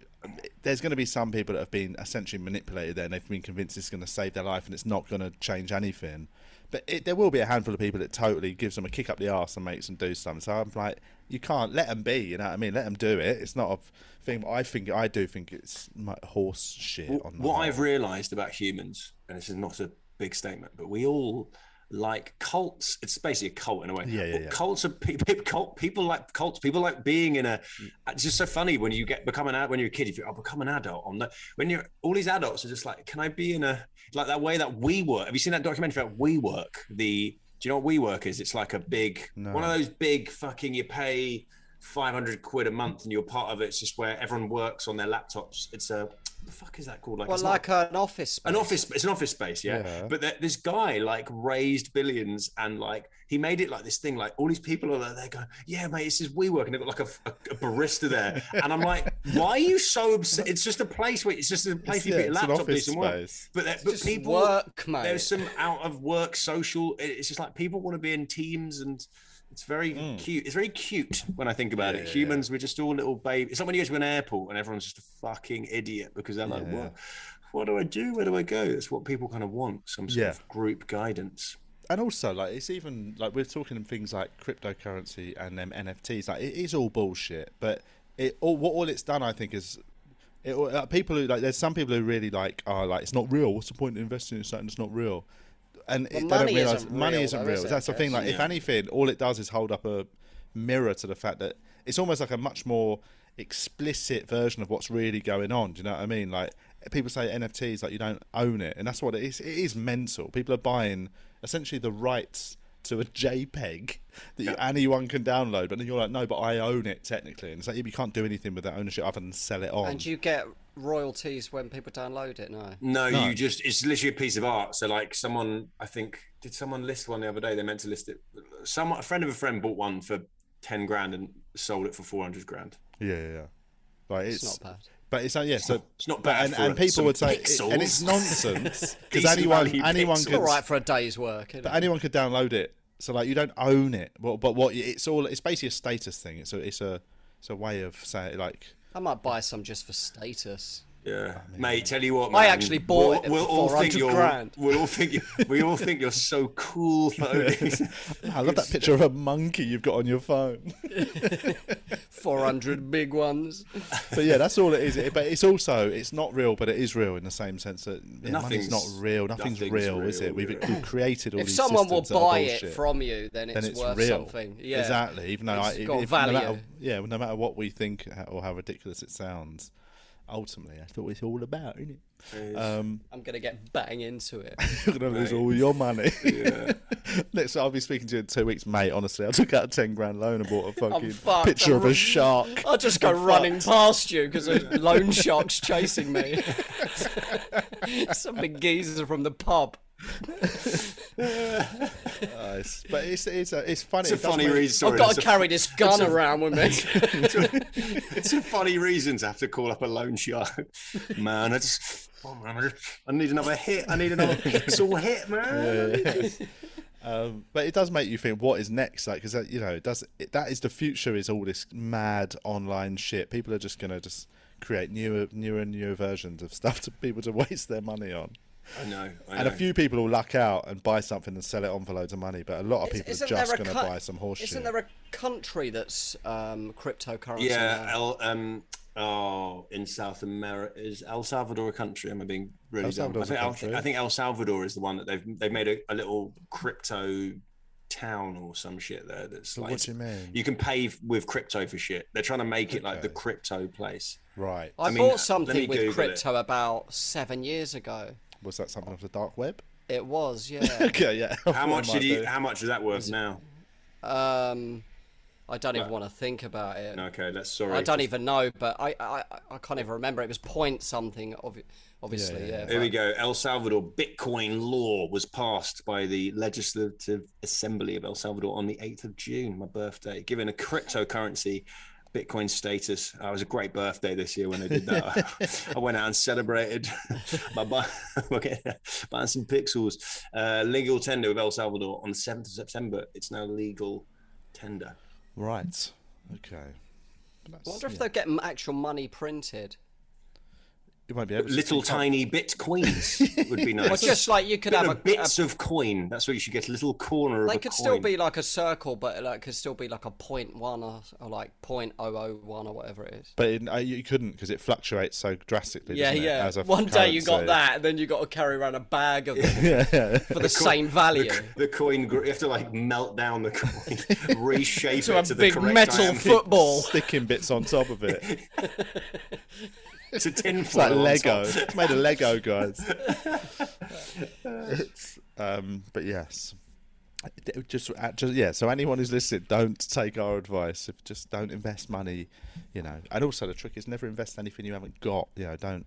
Speaker 4: there's going to be some people that have been essentially manipulated there and they've been convinced it's going to save their life and it's not going to change anything. But it, there will be a handful of people that totally gives them a kick up the arse and makes them do something. So I'm like, you can't let them be. You know what I mean? Let them do it. It's not a thing. But I think I do think it's like horse shit. on the
Speaker 7: what
Speaker 4: whole.
Speaker 7: I've realised about humans, and this is not a big statement, but we all like cults. It's basically a cult in a way.
Speaker 4: Yeah, yeah,
Speaker 7: But
Speaker 4: yeah.
Speaker 7: Cults are people, cult, people like cults. People like being in a. It's just so funny when you get become an ad when you're a kid. If you I'll become an adult, I'm not. When you're all these adults are just like, can I be in a like that way that we work? Have you seen that documentary about we work? The do you know what we work is? It's like a big
Speaker 4: No.
Speaker 7: one of those big fucking you pay. 500 quid a month and you're part of it it's just where everyone works on their laptops it's a what the fuck is that called like
Speaker 5: Well,
Speaker 7: it's not-
Speaker 5: like an office space.
Speaker 7: an office it's an office space yeah,
Speaker 4: Yeah.
Speaker 7: but th- this guy like raised billions and like he made it like this thing like all these people are there going yeah mate this is we work and they've got like a, a- a barista there and i'm like why are you so obsessed it's just a place where it's just a place
Speaker 4: It's-
Speaker 7: for you
Speaker 4: yeah,
Speaker 7: put your
Speaker 4: it's an
Speaker 7: laptop do
Speaker 4: office
Speaker 7: some work
Speaker 4: space.
Speaker 7: but, there- but
Speaker 5: Just
Speaker 7: people
Speaker 5: work, mate.
Speaker 7: there's some out of work social it- it's just like people want to be in teams and it's very cute. It's very cute when I think about
Speaker 4: Yeah,
Speaker 7: it.
Speaker 4: Hmm. yeah,
Speaker 7: Humans, we're just all little babies. It's like when you go to an airport and everyone's just a fucking idiot because they're like,
Speaker 4: Yeah.
Speaker 7: what, what do I do? Where do I go? That's what people kind of want some sort
Speaker 4: Yeah.
Speaker 7: of group guidance.
Speaker 4: and also like it's even like we're talking things like cryptocurrency and them NFTs. Like it is all bullshit, but it all what all it's done, I think, is it all- like, people who like there's some people who really like are like it's not real. What's the point in investing in something that's not real? And it, they don't
Speaker 2: money
Speaker 4: realize
Speaker 2: isn't
Speaker 4: money
Speaker 2: real,
Speaker 4: isn't
Speaker 2: though,
Speaker 4: real.
Speaker 2: is it,
Speaker 4: that's the
Speaker 2: I
Speaker 4: thing. Like if
Speaker 7: Yeah.
Speaker 4: anything, all it does is hold up a mirror to the fact that it's almost like a much more explicit version of what's really going on. Do you know what I mean? Like people say NFTs, like you don't own it, and that's what it is. It is mental. People are buying essentially the rights to a JPEG that you, anyone can download, but then you're like, no, but I own it technically, and it's like you can't do anything with that ownership other than sell it on.
Speaker 5: And you get royalties when people download it, no?
Speaker 7: No, you just, it's literally a piece of art. So, like, someone, I think, did someone list one the other day? They meant to list it. Someone, a friend of a friend bought one for 10 grand and sold it for 400 grand.
Speaker 4: yeah, yeah, yeah. Like it's,
Speaker 5: It's not bad.
Speaker 4: But it's not, yeah. So
Speaker 7: It's not
Speaker 4: but-
Speaker 7: bad
Speaker 4: and,
Speaker 7: for
Speaker 4: and people
Speaker 7: some
Speaker 4: would say,
Speaker 7: pixels.
Speaker 4: and it's nonsense because
Speaker 7: Decent
Speaker 4: anyone,
Speaker 7: value
Speaker 4: anyone
Speaker 7: pixels.
Speaker 4: could,
Speaker 5: All right for a day's work.
Speaker 4: but anyone could download it. So like, you don't own it. But, but what it's all, it's basically a status thing. It's a, it's a, it's a way of saying like,
Speaker 5: I might buy some just for status.
Speaker 7: Yeah, mate. Tell you what, man,
Speaker 5: I actually bought it for 400
Speaker 7: you're,
Speaker 5: grand.
Speaker 7: We'll all think you, we all think you're so cool for owning.
Speaker 4: "Ah, I love that picture of a monkey you've got on your phone.
Speaker 5: 400 big ones.
Speaker 4: but yeah, that's all it is. It- But it's also it's not real, but it is real in the same sense that yeah, money's
Speaker 7: Nothing's-
Speaker 4: not real. Nothing's,
Speaker 7: nothing's
Speaker 4: real, is
Speaker 7: real,
Speaker 4: it? We've,
Speaker 7: yeah.
Speaker 4: we've created all
Speaker 5: If
Speaker 4: these
Speaker 5: someone will
Speaker 4: systems that are
Speaker 5: buy it
Speaker 4: bullshit.
Speaker 5: from you, then it's,
Speaker 4: then it's
Speaker 5: worth
Speaker 4: real.
Speaker 5: something. Yeah.
Speaker 4: exactly. Even though
Speaker 5: It's
Speaker 4: I,
Speaker 5: got
Speaker 4: if, no matter,
Speaker 5: value.
Speaker 4: yeah, well, no matter what we think or how ridiculous it sounds, ultimately that's what it's all about, isn't it? Um,
Speaker 5: I'm going to get bang into it.
Speaker 4: you're gonna lose all your money. Next, I'll be speaking to you in two weeks, mate. Honestly, I took out a ten grand loan and bought a fucking
Speaker 5: fucked.
Speaker 4: picture
Speaker 5: I'm
Speaker 4: of a
Speaker 5: ru-
Speaker 4: shark.
Speaker 5: I'll just go running past you because a loan shark's chasing me. some big geezer from the pub.
Speaker 4: Nice. But it's it's a, it's funny.
Speaker 7: It's a
Speaker 4: It does
Speaker 7: funny
Speaker 4: make-
Speaker 7: reason.
Speaker 5: I've
Speaker 7: Sorry,
Speaker 5: got
Speaker 7: it's,
Speaker 5: to
Speaker 7: a,
Speaker 5: carry this gun around with me.
Speaker 7: it's a funny reason to have to call up a loan shark. Man, I just, oh, man, I, just- I need another hit. I need another pixel hit, man.
Speaker 4: Um, but it does make you think what is next like because you know it does it, that is the future is all this mad online shit people are just gonna just create newer newer and newer versions of stuff to people to waste their money on
Speaker 7: I know. I
Speaker 4: and a
Speaker 7: know.
Speaker 4: few people will luck out and buy something and sell it on for loads of money but a lot of people are
Speaker 5: Isn't there
Speaker 4: just
Speaker 5: a
Speaker 4: gonna
Speaker 5: cou-
Speaker 4: buy some horse shit
Speaker 5: Isn't there a country that's um, cryptocurrency?
Speaker 7: Yeah,
Speaker 5: now?
Speaker 7: El, um, oh, in South America is El Salvador a country? Am I being really
Speaker 4: El
Speaker 7: dumb? I
Speaker 4: Salvador's a
Speaker 7: think, El-
Speaker 4: country.
Speaker 7: I think El Salvador is the one that they've they've made a, a little crypto town or some shit there. That's like
Speaker 4: what do you mean?
Speaker 7: You can pay f- with crypto for shit. They're trying to make it like the
Speaker 4: Okay.
Speaker 7: crypto place.
Speaker 4: right
Speaker 5: I,
Speaker 7: mean, let me
Speaker 5: bought something
Speaker 7: Google it.
Speaker 5: with crypto about seven years ago.
Speaker 4: was that something off the dark web
Speaker 5: It was, yeah.
Speaker 4: okay yeah
Speaker 7: How much
Speaker 4: Might
Speaker 7: did you?
Speaker 4: be.
Speaker 7: How much is that worth now?
Speaker 5: um, I don't even want to think about it.
Speaker 7: Okay, that's sorry.
Speaker 5: I don't even know, but I, I I- I can't even remember. It was point something, obvi- obviously.
Speaker 4: yeah,
Speaker 5: Yeah.
Speaker 4: yeah.
Speaker 7: Here we go. El Salvador Bitcoin law was passed by the Legislative Assembly of El Salvador on the 8th of June, my birthday, giving a cryptocurrency Bitcoin status. Uh, it was a great birthday this year when they did that. I went out and celebrated by buy- okay, buying some pixels. Uh, legal tender with El Salvador on the 7th of September. It's now legal tender.
Speaker 4: right okay But
Speaker 5: I
Speaker 4: that's-
Speaker 5: wonder if they're getting actual money printed.
Speaker 4: You won't be able to.
Speaker 7: Little tiny bit coins would be nice.
Speaker 5: Or just like you could
Speaker 7: Bit
Speaker 5: have
Speaker 7: of
Speaker 5: a, a
Speaker 7: bits of coin. That's what you should get. A little corner
Speaker 5: They
Speaker 7: of a
Speaker 5: could still
Speaker 7: coin.
Speaker 5: be like a circle, but like could still be like a point one or, or like point oh oh one or whatever it is.
Speaker 4: But in, uh, you couldn't because it fluctuates so drastically.
Speaker 5: Yeah,
Speaker 4: doesn't it,
Speaker 5: yeah.
Speaker 4: as a
Speaker 5: One day you got
Speaker 4: currency.
Speaker 5: that, and then you got to carry around a bag of them
Speaker 4: Yeah, yeah.
Speaker 5: for the same value.
Speaker 7: The coin. gr- You have to like melt down the coin, reshape
Speaker 5: To
Speaker 7: it
Speaker 5: a
Speaker 7: to the
Speaker 5: big
Speaker 7: correct
Speaker 5: metal
Speaker 7: diameter.
Speaker 5: football.
Speaker 4: Sticking bits on top of it. It's
Speaker 7: It's a tin
Speaker 4: like
Speaker 7: foil on
Speaker 4: Lego.
Speaker 7: top.
Speaker 4: It's made of Lego, guys. It's, um, but yes. It- Just, uh, just yeah. So anyone who's listening, don't take our advice. If just don't invest money, you know. And also the trick is never invest anything you haven't got. You know, don't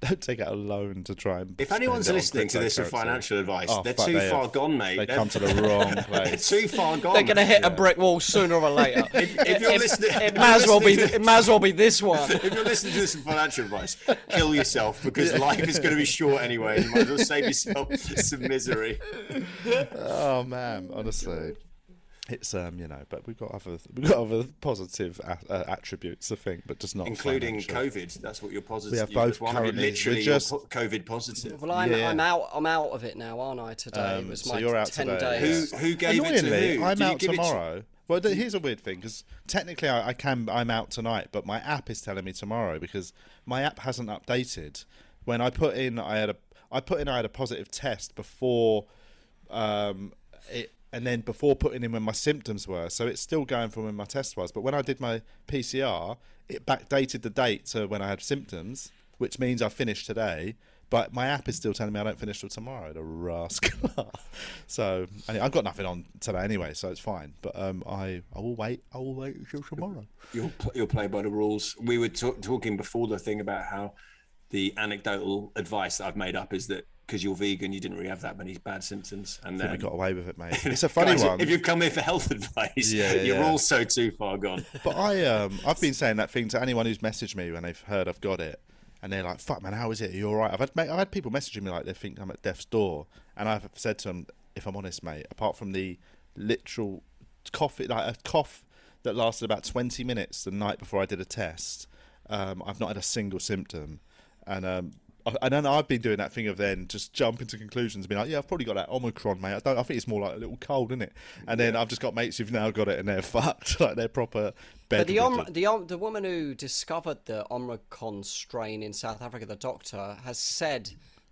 Speaker 4: don't take out a loan to try and.
Speaker 7: If
Speaker 4: spend
Speaker 7: anyone's
Speaker 4: it on
Speaker 7: listening to this for
Speaker 4: cryptocurrency.
Speaker 7: financial advice,
Speaker 4: Oh,
Speaker 7: they're
Speaker 4: fuck,
Speaker 7: too
Speaker 4: they are-
Speaker 7: far gone, mate.
Speaker 4: They
Speaker 7: They're-
Speaker 4: come to the wrong
Speaker 7: They're
Speaker 4: place.
Speaker 7: too far gone.
Speaker 5: They're gonna hit a brick wall sooner or later.
Speaker 7: If you're listening,
Speaker 5: it may as well be.
Speaker 7: if
Speaker 5: It may as well be this one.
Speaker 7: you're listening to this for financial advice, kill yourself because life is going to be short anyway. You might as well save yourself some misery.
Speaker 4: Oh man, honestly, it's um you know, but we've got other we've got other positive a- uh, attributes, I think, but just not
Speaker 7: including
Speaker 4: financial.
Speaker 7: COVID. That's what you're positive.
Speaker 4: We have
Speaker 7: you-
Speaker 4: both
Speaker 7: that's one of you
Speaker 4: currently- we're
Speaker 7: Literally, you're
Speaker 4: just-
Speaker 7: po- COVID positive.
Speaker 5: Well, I'm,
Speaker 4: Yeah.
Speaker 5: I'm out. I'm out of it now, aren't I? Today
Speaker 4: Um,
Speaker 5: it was
Speaker 4: so
Speaker 5: my
Speaker 4: you're out
Speaker 5: ten
Speaker 4: today,
Speaker 5: days.
Speaker 7: Who who gave it to
Speaker 4: Annoyingly,
Speaker 7: who?
Speaker 4: I'm
Speaker 7: Do you
Speaker 4: out
Speaker 7: give it to-
Speaker 4: tomorrow. well, th- here's a weird thing because technically I, I can I'm out tonight, but my app is telling me tomorrow because my app hasn't updated. When I put in, I had a I put in I had a positive test before, um, it and then before putting in when my symptoms were, so it's still going from when my test was. But when I did my PCR, it backdated the date to when I had symptoms, which means I finished today. But my app is still telling me I don't finish till tomorrow. The rascal. so I I've got nothing on today anyway, so it's fine. But um, I I will wait. I will wait until tomorrow.
Speaker 7: You'll pl- you'll play by the rules. We were ta- talking before the thing about how the anecdotal advice that I've made up is that because you're vegan, you didn't really have that many bad symptoms. And
Speaker 4: I think
Speaker 7: then
Speaker 4: we got away with it, mate. It's a funny
Speaker 7: Guys,
Speaker 4: one.
Speaker 7: If you've come here for health advice,
Speaker 4: Yeah, yeah,
Speaker 7: you're
Speaker 4: yeah.
Speaker 7: also too far gone.
Speaker 4: But I um I've been saying that thing to anyone who's messaged me when they've heard I've got it, and they're like, "Fuck man, how is it? Are you all right?" I've had mate, I've had people messaging me like they think I'm at death's door, and I've said to them, "If I'm honest, mate, apart from the literal cough, like a cough that lasted about 20 minutes the night before I did a test, um, I've not had a single symptom, and um." I- And then I've been doing that thing of then just jumping to conclusions, being like, "Yeah, I've probably got that Omicron, mate. I don't. I think it's more like a little cold, isn't it?" And then I've just got mates who've now got it, and they're fucked. Like they're proper
Speaker 5: But the
Speaker 4: bedridden.
Speaker 5: Om- the Om- the woman who discovered the Omicron strain in South Africa, the doctor, has said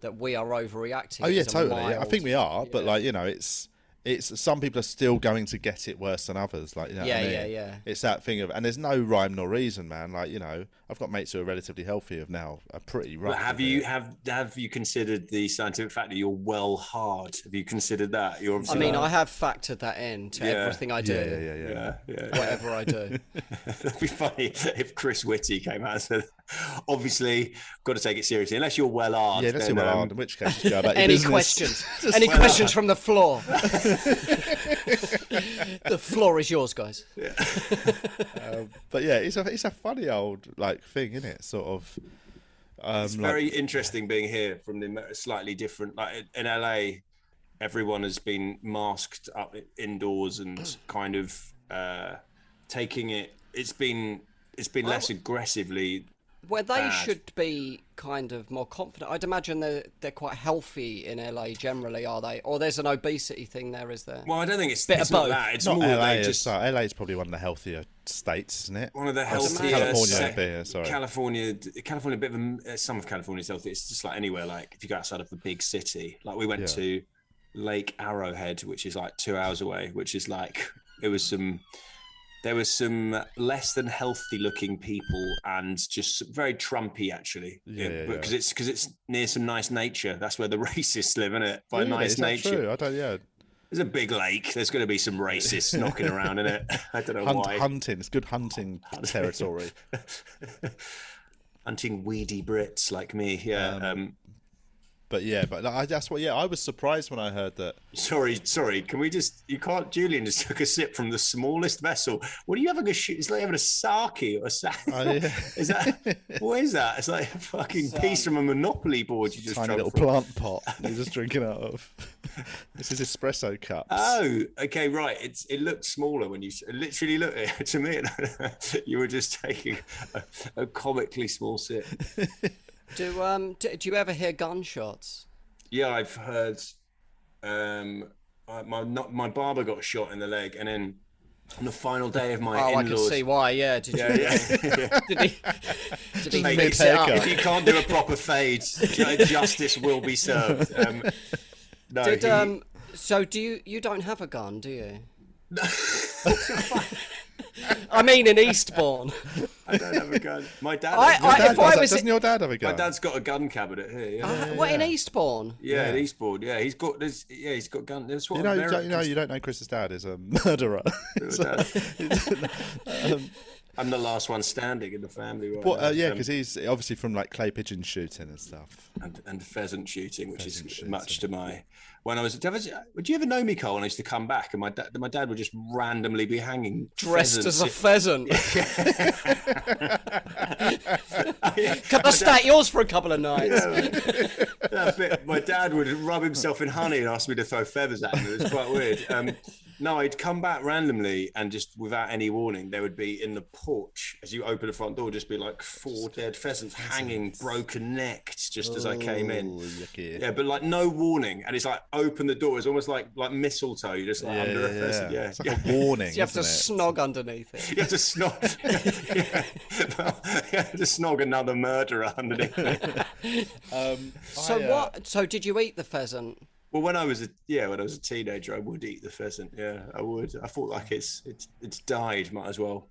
Speaker 5: that we are overreacting.
Speaker 4: Oh yeah,
Speaker 5: It's a
Speaker 4: totally. I
Speaker 5: mild-
Speaker 4: think we are, but like you know, it's it's some people are still going to get it worse than others. Like you know what I
Speaker 5: Yeah, yeah,
Speaker 4: mean?
Speaker 5: yeah.
Speaker 4: It's that thing of, and there's no rhyme nor reason, man. Like you know, I've got mates who are relatively healthy of now are pretty rough.
Speaker 7: But have
Speaker 4: with
Speaker 7: you
Speaker 4: it.
Speaker 7: have have you considered the scientific fact that you're well hard? Have you considered that? You're
Speaker 5: I
Speaker 7: obviously
Speaker 5: mean,
Speaker 7: not-
Speaker 5: I have factored that in to
Speaker 7: Yeah.
Speaker 5: everything I do,
Speaker 4: Yeah, yeah, yeah, yeah.
Speaker 7: yeah, yeah.
Speaker 5: whatever I do.
Speaker 7: It'd be funny if Chris Whitty came out and said, obviously, got to take it seriously. Unless you're well hard.
Speaker 4: Yeah, that's
Speaker 7: then,
Speaker 4: who well
Speaker 7: um,
Speaker 4: hard, in which case just go about your
Speaker 5: Any
Speaker 4: business.
Speaker 5: questions? Any questions from the floor? the floor is yours, guys.
Speaker 4: But yeah, it's a it's a funny old like thing, isn't it? Sort of. Um,
Speaker 7: It's
Speaker 4: like-
Speaker 7: very interesting being here from the Amer- slightly different. Like in LA, everyone has been masked up i- indoors and kind of uh, taking it. It's been it's been less aggressively.
Speaker 5: Where they
Speaker 7: bad.
Speaker 5: should be kind of more confident. I'd imagine they're, they're quite healthy in LA generally, are they? Or there's an obesity thing there, is there?
Speaker 7: Well, I don't think it's,
Speaker 5: Bit
Speaker 7: it's
Speaker 5: of
Speaker 7: not
Speaker 5: both.
Speaker 7: that. It's
Speaker 4: not
Speaker 7: more
Speaker 4: LA.
Speaker 7: they
Speaker 4: Just...
Speaker 7: just
Speaker 4: LA is probably one of the healthier states, isn't it?
Speaker 7: one of the
Speaker 4: Or s-
Speaker 7: healthier
Speaker 4: California
Speaker 7: sec-
Speaker 4: would be, yeah, sorry.
Speaker 7: California, California, a bit of a, m- uh, some of California's healthy. It's just like anywhere, like if you go outside of a big city, like we went to Lake Arrowhead, which is like two hours away, which is like it was some. There was some less than healthy looking people and just very Trumpy actually,
Speaker 4: Yeah, yeah,
Speaker 7: because it's because it's near some nice nature. That's where the racists live, isn't it? By
Speaker 4: Really?
Speaker 7: nice
Speaker 4: Is that
Speaker 7: nature,
Speaker 4: True? I don't. Yeah,
Speaker 7: there's a big lake. There's going to be some racists knocking around in it. I don't know
Speaker 4: Hunt,
Speaker 7: why.
Speaker 4: hunting. It's good hunting territory.
Speaker 7: hunting weedy Brits like me. Yeah. Um,
Speaker 4: But yeah, but I, that's what. Yeah, I was surprised when I heard that.
Speaker 7: sorry, sorry. Can we just? You can't. Julian just took a sip from the smallest vessel. What are you having a shoot? It's like having a sake or a sa-
Speaker 4: Oh, yeah.
Speaker 7: Is that what is that? It's like a fucking piece from a Monopoly board you just
Speaker 4: tiny
Speaker 7: drunk
Speaker 4: little
Speaker 7: from.
Speaker 4: plant pot you're just drinking out of. this is espresso cups.
Speaker 7: Oh, okay, right. It's it looked smaller when you s- it literally looked it to me. it- you were just taking a, a comically small sip.
Speaker 5: Do um do, do you ever hear gunshots?
Speaker 7: Yeah, I've heard. Um, I, my not, my barber got shot in the leg, and then on the final day of my
Speaker 5: Oh, I can
Speaker 7: in-laws.
Speaker 5: see why. Yeah, did
Speaker 7: Yeah,
Speaker 5: you?
Speaker 7: yeah.
Speaker 5: Did he? Did he
Speaker 7: Mate,
Speaker 5: mix
Speaker 7: if,
Speaker 5: it up?
Speaker 7: if you can't do a proper fade, ju- justice will be served. Um, no,
Speaker 5: Did,
Speaker 7: he-
Speaker 5: um, so do you? You don't have a gun, do you? I mean, in Eastbourne.
Speaker 7: I don't have a gun. My dad.
Speaker 5: I-
Speaker 7: has-
Speaker 5: I-
Speaker 7: my, dad
Speaker 4: Dad does
Speaker 5: if
Speaker 4: that.
Speaker 5: was-
Speaker 4: Doesn't your dad have a
Speaker 7: my
Speaker 4: gun?
Speaker 7: dad's got a gun cabinet here. Yeah,
Speaker 5: Uh, what in Eastbourne?
Speaker 7: yeah, at Eastboard. Yeah, he's got. There's, yeah, he's got gun. That's what
Speaker 4: You know, you don't,
Speaker 7: Americans
Speaker 4: you know, you don't know Chris's dad is a murderer.
Speaker 7: do
Speaker 4: So-
Speaker 7: with that. I'm the last one standing in the family. Right
Speaker 4: Well,
Speaker 7: now,
Speaker 4: uh, yeah,
Speaker 7: um,
Speaker 4: because he's obviously from like clay pigeon shooting and stuff.
Speaker 7: and, and pheasant shooting, which
Speaker 4: Pheasant
Speaker 7: is
Speaker 4: shooting.
Speaker 7: much to my. When I was, do you ever- would you ever know me, Cole? When I used to come back, and my dad, my dad would just randomly be hanging
Speaker 5: Dressed as
Speaker 7: pheasants
Speaker 5: a pheasant.
Speaker 7: in-
Speaker 5: Can I stay at yours for a couple of nights?
Speaker 7: Yeah, but my dad would rub himself in honey and ask me to throw feathers at him. It was quite weird. Um, no, I'd come back randomly and just without any warning, there would be in the porch as you open the front door, just be like four dead pheasants hanging, broken necked, just as I came in.
Speaker 4: Ooh, Oh, yucky.
Speaker 7: Yeah, but like no warning, and it's like open the door. It's almost like like mistletoe. You're just like
Speaker 4: Yeah,
Speaker 7: under a
Speaker 4: yeah,
Speaker 7: pheasant.
Speaker 4: yeah.
Speaker 7: Yeah,
Speaker 4: It's like
Speaker 7: yeah.
Speaker 4: a warning.
Speaker 5: You have to
Speaker 4: isn't it?
Speaker 5: snog underneath it.
Speaker 7: You have to snog, yeah, Well, yeah, to snog another murderer underneath. me.
Speaker 4: Oh,
Speaker 5: So what? So did you eat the pheasant?
Speaker 7: Well, when I was a yeah, when I was a teenager, I would eat the pheasant. Yeah, I would. I thought like it's it's it's died. Might as well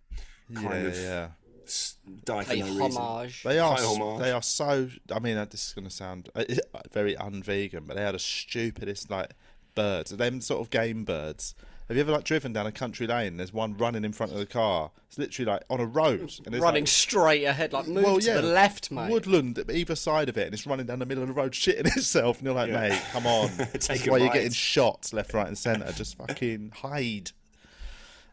Speaker 7: kind
Speaker 4: yeah,
Speaker 7: of
Speaker 4: yeah.
Speaker 7: s- die for
Speaker 5: A
Speaker 7: no reason.
Speaker 5: homage.
Speaker 4: They are.
Speaker 7: Quite
Speaker 4: s-
Speaker 7: homage.
Speaker 4: They are so. I mean, uh, this is going to sound uh, very un-vegan, but they are the stupidest like birds. Them sort of game birds. Have you ever like driven down a country lane? and There's one running in front of the car. It's literally like on a road, and it's
Speaker 5: Running
Speaker 4: Like,
Speaker 5: straight ahead, like move
Speaker 4: well,
Speaker 5: to
Speaker 4: yeah,
Speaker 5: the left, mate.
Speaker 4: Woodland either side of it, and it's running down the middle of the road, shitting itself, and you're like, mate, come on.
Speaker 7: Take
Speaker 4: That's
Speaker 7: a
Speaker 4: why you're
Speaker 7: bite.
Speaker 4: getting shots left, right, and centre. Just fucking hide.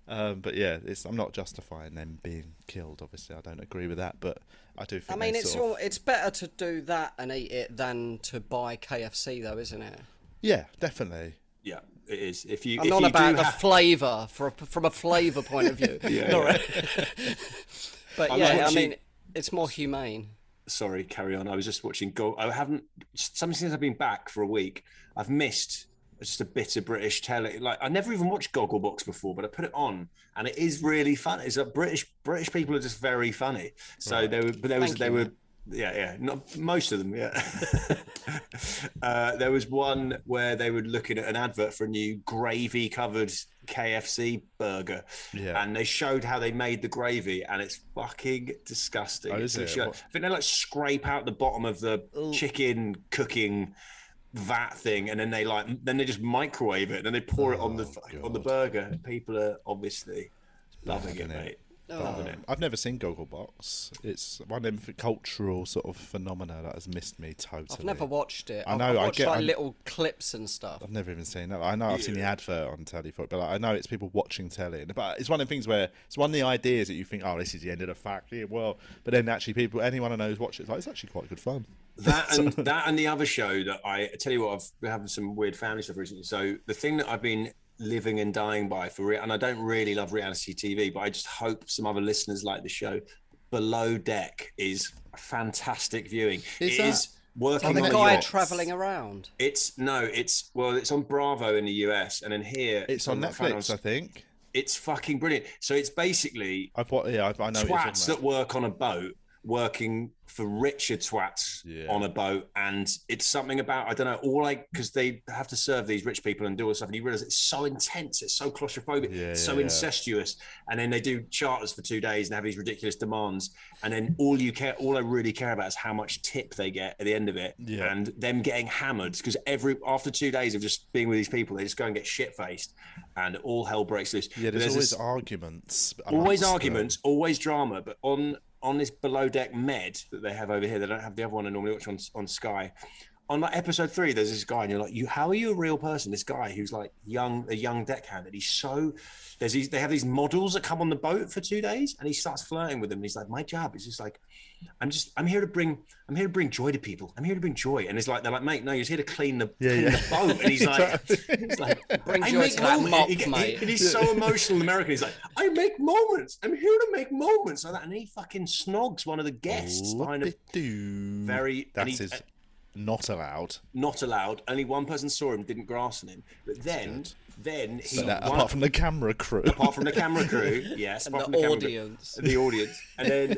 Speaker 4: Um, but yeah, it's, I'm not justifying them being killed. Obviously, I don't agree with that, but I do
Speaker 5: I
Speaker 4: think.
Speaker 5: mean,
Speaker 4: they
Speaker 5: it's
Speaker 4: sort of-
Speaker 5: all, it's better to do that and eat it than to buy KFC, though, isn't it?
Speaker 4: Yeah, definitely.
Speaker 7: Yeah, it is. If you
Speaker 5: I'm
Speaker 7: if
Speaker 5: not
Speaker 7: you
Speaker 5: about
Speaker 7: do
Speaker 5: the
Speaker 7: have,
Speaker 5: flavour for from a flavour point of view.
Speaker 7: Yeah,
Speaker 5: Not
Speaker 7: yeah.
Speaker 5: really. but
Speaker 7: I was
Speaker 5: yeah, I
Speaker 7: watching-
Speaker 5: mean, it's more humane.
Speaker 7: sorry, carry on. I was just watching Go. I haven't. Something since I've been back for a week, I've missed just a bit of British telly. Like I never even watched Gogglebox before, but I put it on, and it is really fun. It's like British British people are just very funny. So they were, but there was
Speaker 5: Thank
Speaker 7: they
Speaker 5: you,
Speaker 7: were.
Speaker 5: Matt.
Speaker 7: Yeah, yeah, not most of them. Yeah, uh, there was one where they were looking at an advert for a new gravy-covered KFC burger,
Speaker 4: Yeah.
Speaker 7: and they showed how they made the gravy, and it's fucking disgusting.
Speaker 4: Oh,
Speaker 7: It's
Speaker 4: is it?
Speaker 7: literally like-
Speaker 4: What-
Speaker 7: I think they like scrape out the bottom of the chicken cooking vat thing, and then they like then they just microwave it, and then they pour it on the
Speaker 4: Oh,
Speaker 7: on the burger. People are obviously loving it,
Speaker 4: Loving it.
Speaker 7: mate.
Speaker 5: Oh.
Speaker 4: Um, I've never seen Gogglebox. It's one of them cultural sort of phenomena that has missed me totally.
Speaker 5: I've never watched it.
Speaker 4: I
Speaker 5: I've-
Speaker 4: know,
Speaker 5: I've
Speaker 4: I
Speaker 5: watched
Speaker 4: get-
Speaker 5: like
Speaker 4: I'm-
Speaker 5: little clips and stuff.
Speaker 4: I've never even seen that. I know I've seen the advert on telly for it, but like, I know it's people watching telly. But it's one of the things where it's one of the ideas that you think, oh, this is the end of the fucking world. But then actually, people, anyone I know who's watched it, it's like, it's actually quite good fun.
Speaker 7: That and that and the other show that I, I tell you what, I've been having some weird family stuff recently. So the thing that I've been living and dying by for real, and I don't really love reality TV, but I just hope some other listeners like the show. Below Deck is fantastic viewing.
Speaker 4: Is
Speaker 7: It
Speaker 4: that- Oh
Speaker 7: is working
Speaker 4: And
Speaker 5: The
Speaker 4: the
Speaker 7: on
Speaker 5: guy
Speaker 4: yachts.
Speaker 5: travelling around.
Speaker 7: It's no, it's well, it's on Bravo in the US, and then here
Speaker 4: It's on
Speaker 7: that
Speaker 4: Netflix,
Speaker 7: finance-
Speaker 4: I think.
Speaker 7: It's fucking brilliant. So it's basically
Speaker 4: I've wa- yeah, I, I know. what you're talking
Speaker 7: twats that
Speaker 4: about.
Speaker 7: work on a boat working for richer twats
Speaker 4: Yeah.
Speaker 7: on a boat, and it's something about I don't know. All like because they have to serve these rich people and do all this stuff, and you realize it's so intense, it's so claustrophobic,
Speaker 4: Yeah,
Speaker 7: it's
Speaker 4: yeah,
Speaker 7: so
Speaker 4: yeah.
Speaker 7: incestuous, and then they do charters for two days and have these ridiculous demands, and then all you care, all I really care about is how much tip they get at the end of it,
Speaker 4: Yeah.
Speaker 7: and them getting hammered because every after two days of just being with these people, they just go and get shit faced, and all hell breaks loose.
Speaker 4: Yeah,
Speaker 7: But
Speaker 4: there's, always
Speaker 7: this-
Speaker 4: arguments. amongst
Speaker 7: always
Speaker 4: them.
Speaker 7: arguments, always drama. But on on this below deck med that they have over here, they don't have the other one I normally watch on on Sky. on like episode three, there's this guy, and you're like, you, how are you a real person? This guy who's like young, a young deckhand, and he's so there's these, they have these models that come on the boat for two days, and he starts flirting with them, and he's like, my job is just like, I'm just, I'm here to bring, I'm here to bring joy to people. I'm here to bring joy, and it's like they're like, mate, no, you're just here to clean the,
Speaker 4: Yeah,
Speaker 7: clean
Speaker 4: yeah.
Speaker 7: the boat, and he's like, he's like,
Speaker 5: Bring
Speaker 7: I
Speaker 5: joy
Speaker 7: make
Speaker 5: to that
Speaker 7: moments.
Speaker 5: mop,
Speaker 7: He- he-
Speaker 5: mate.
Speaker 7: and he's so emotional in American. He's like, I make moments. I'm here to make moments like that, and he fucking snogs one of the
Speaker 4: Oh,
Speaker 7: guests behind a
Speaker 4: Whoop-de-doo.
Speaker 7: very-
Speaker 4: That
Speaker 7: and
Speaker 4: is
Speaker 7: he-
Speaker 4: not allowed.
Speaker 7: not allowed. Only one person saw him, didn't grasp on him. But then,
Speaker 4: good.
Speaker 7: then he
Speaker 4: But that-
Speaker 7: one-
Speaker 4: apart from the camera crew,
Speaker 7: apart from the camera crew, yes,
Speaker 5: the
Speaker 7: apart from the camera crew,
Speaker 5: audience.
Speaker 7: the audience, and then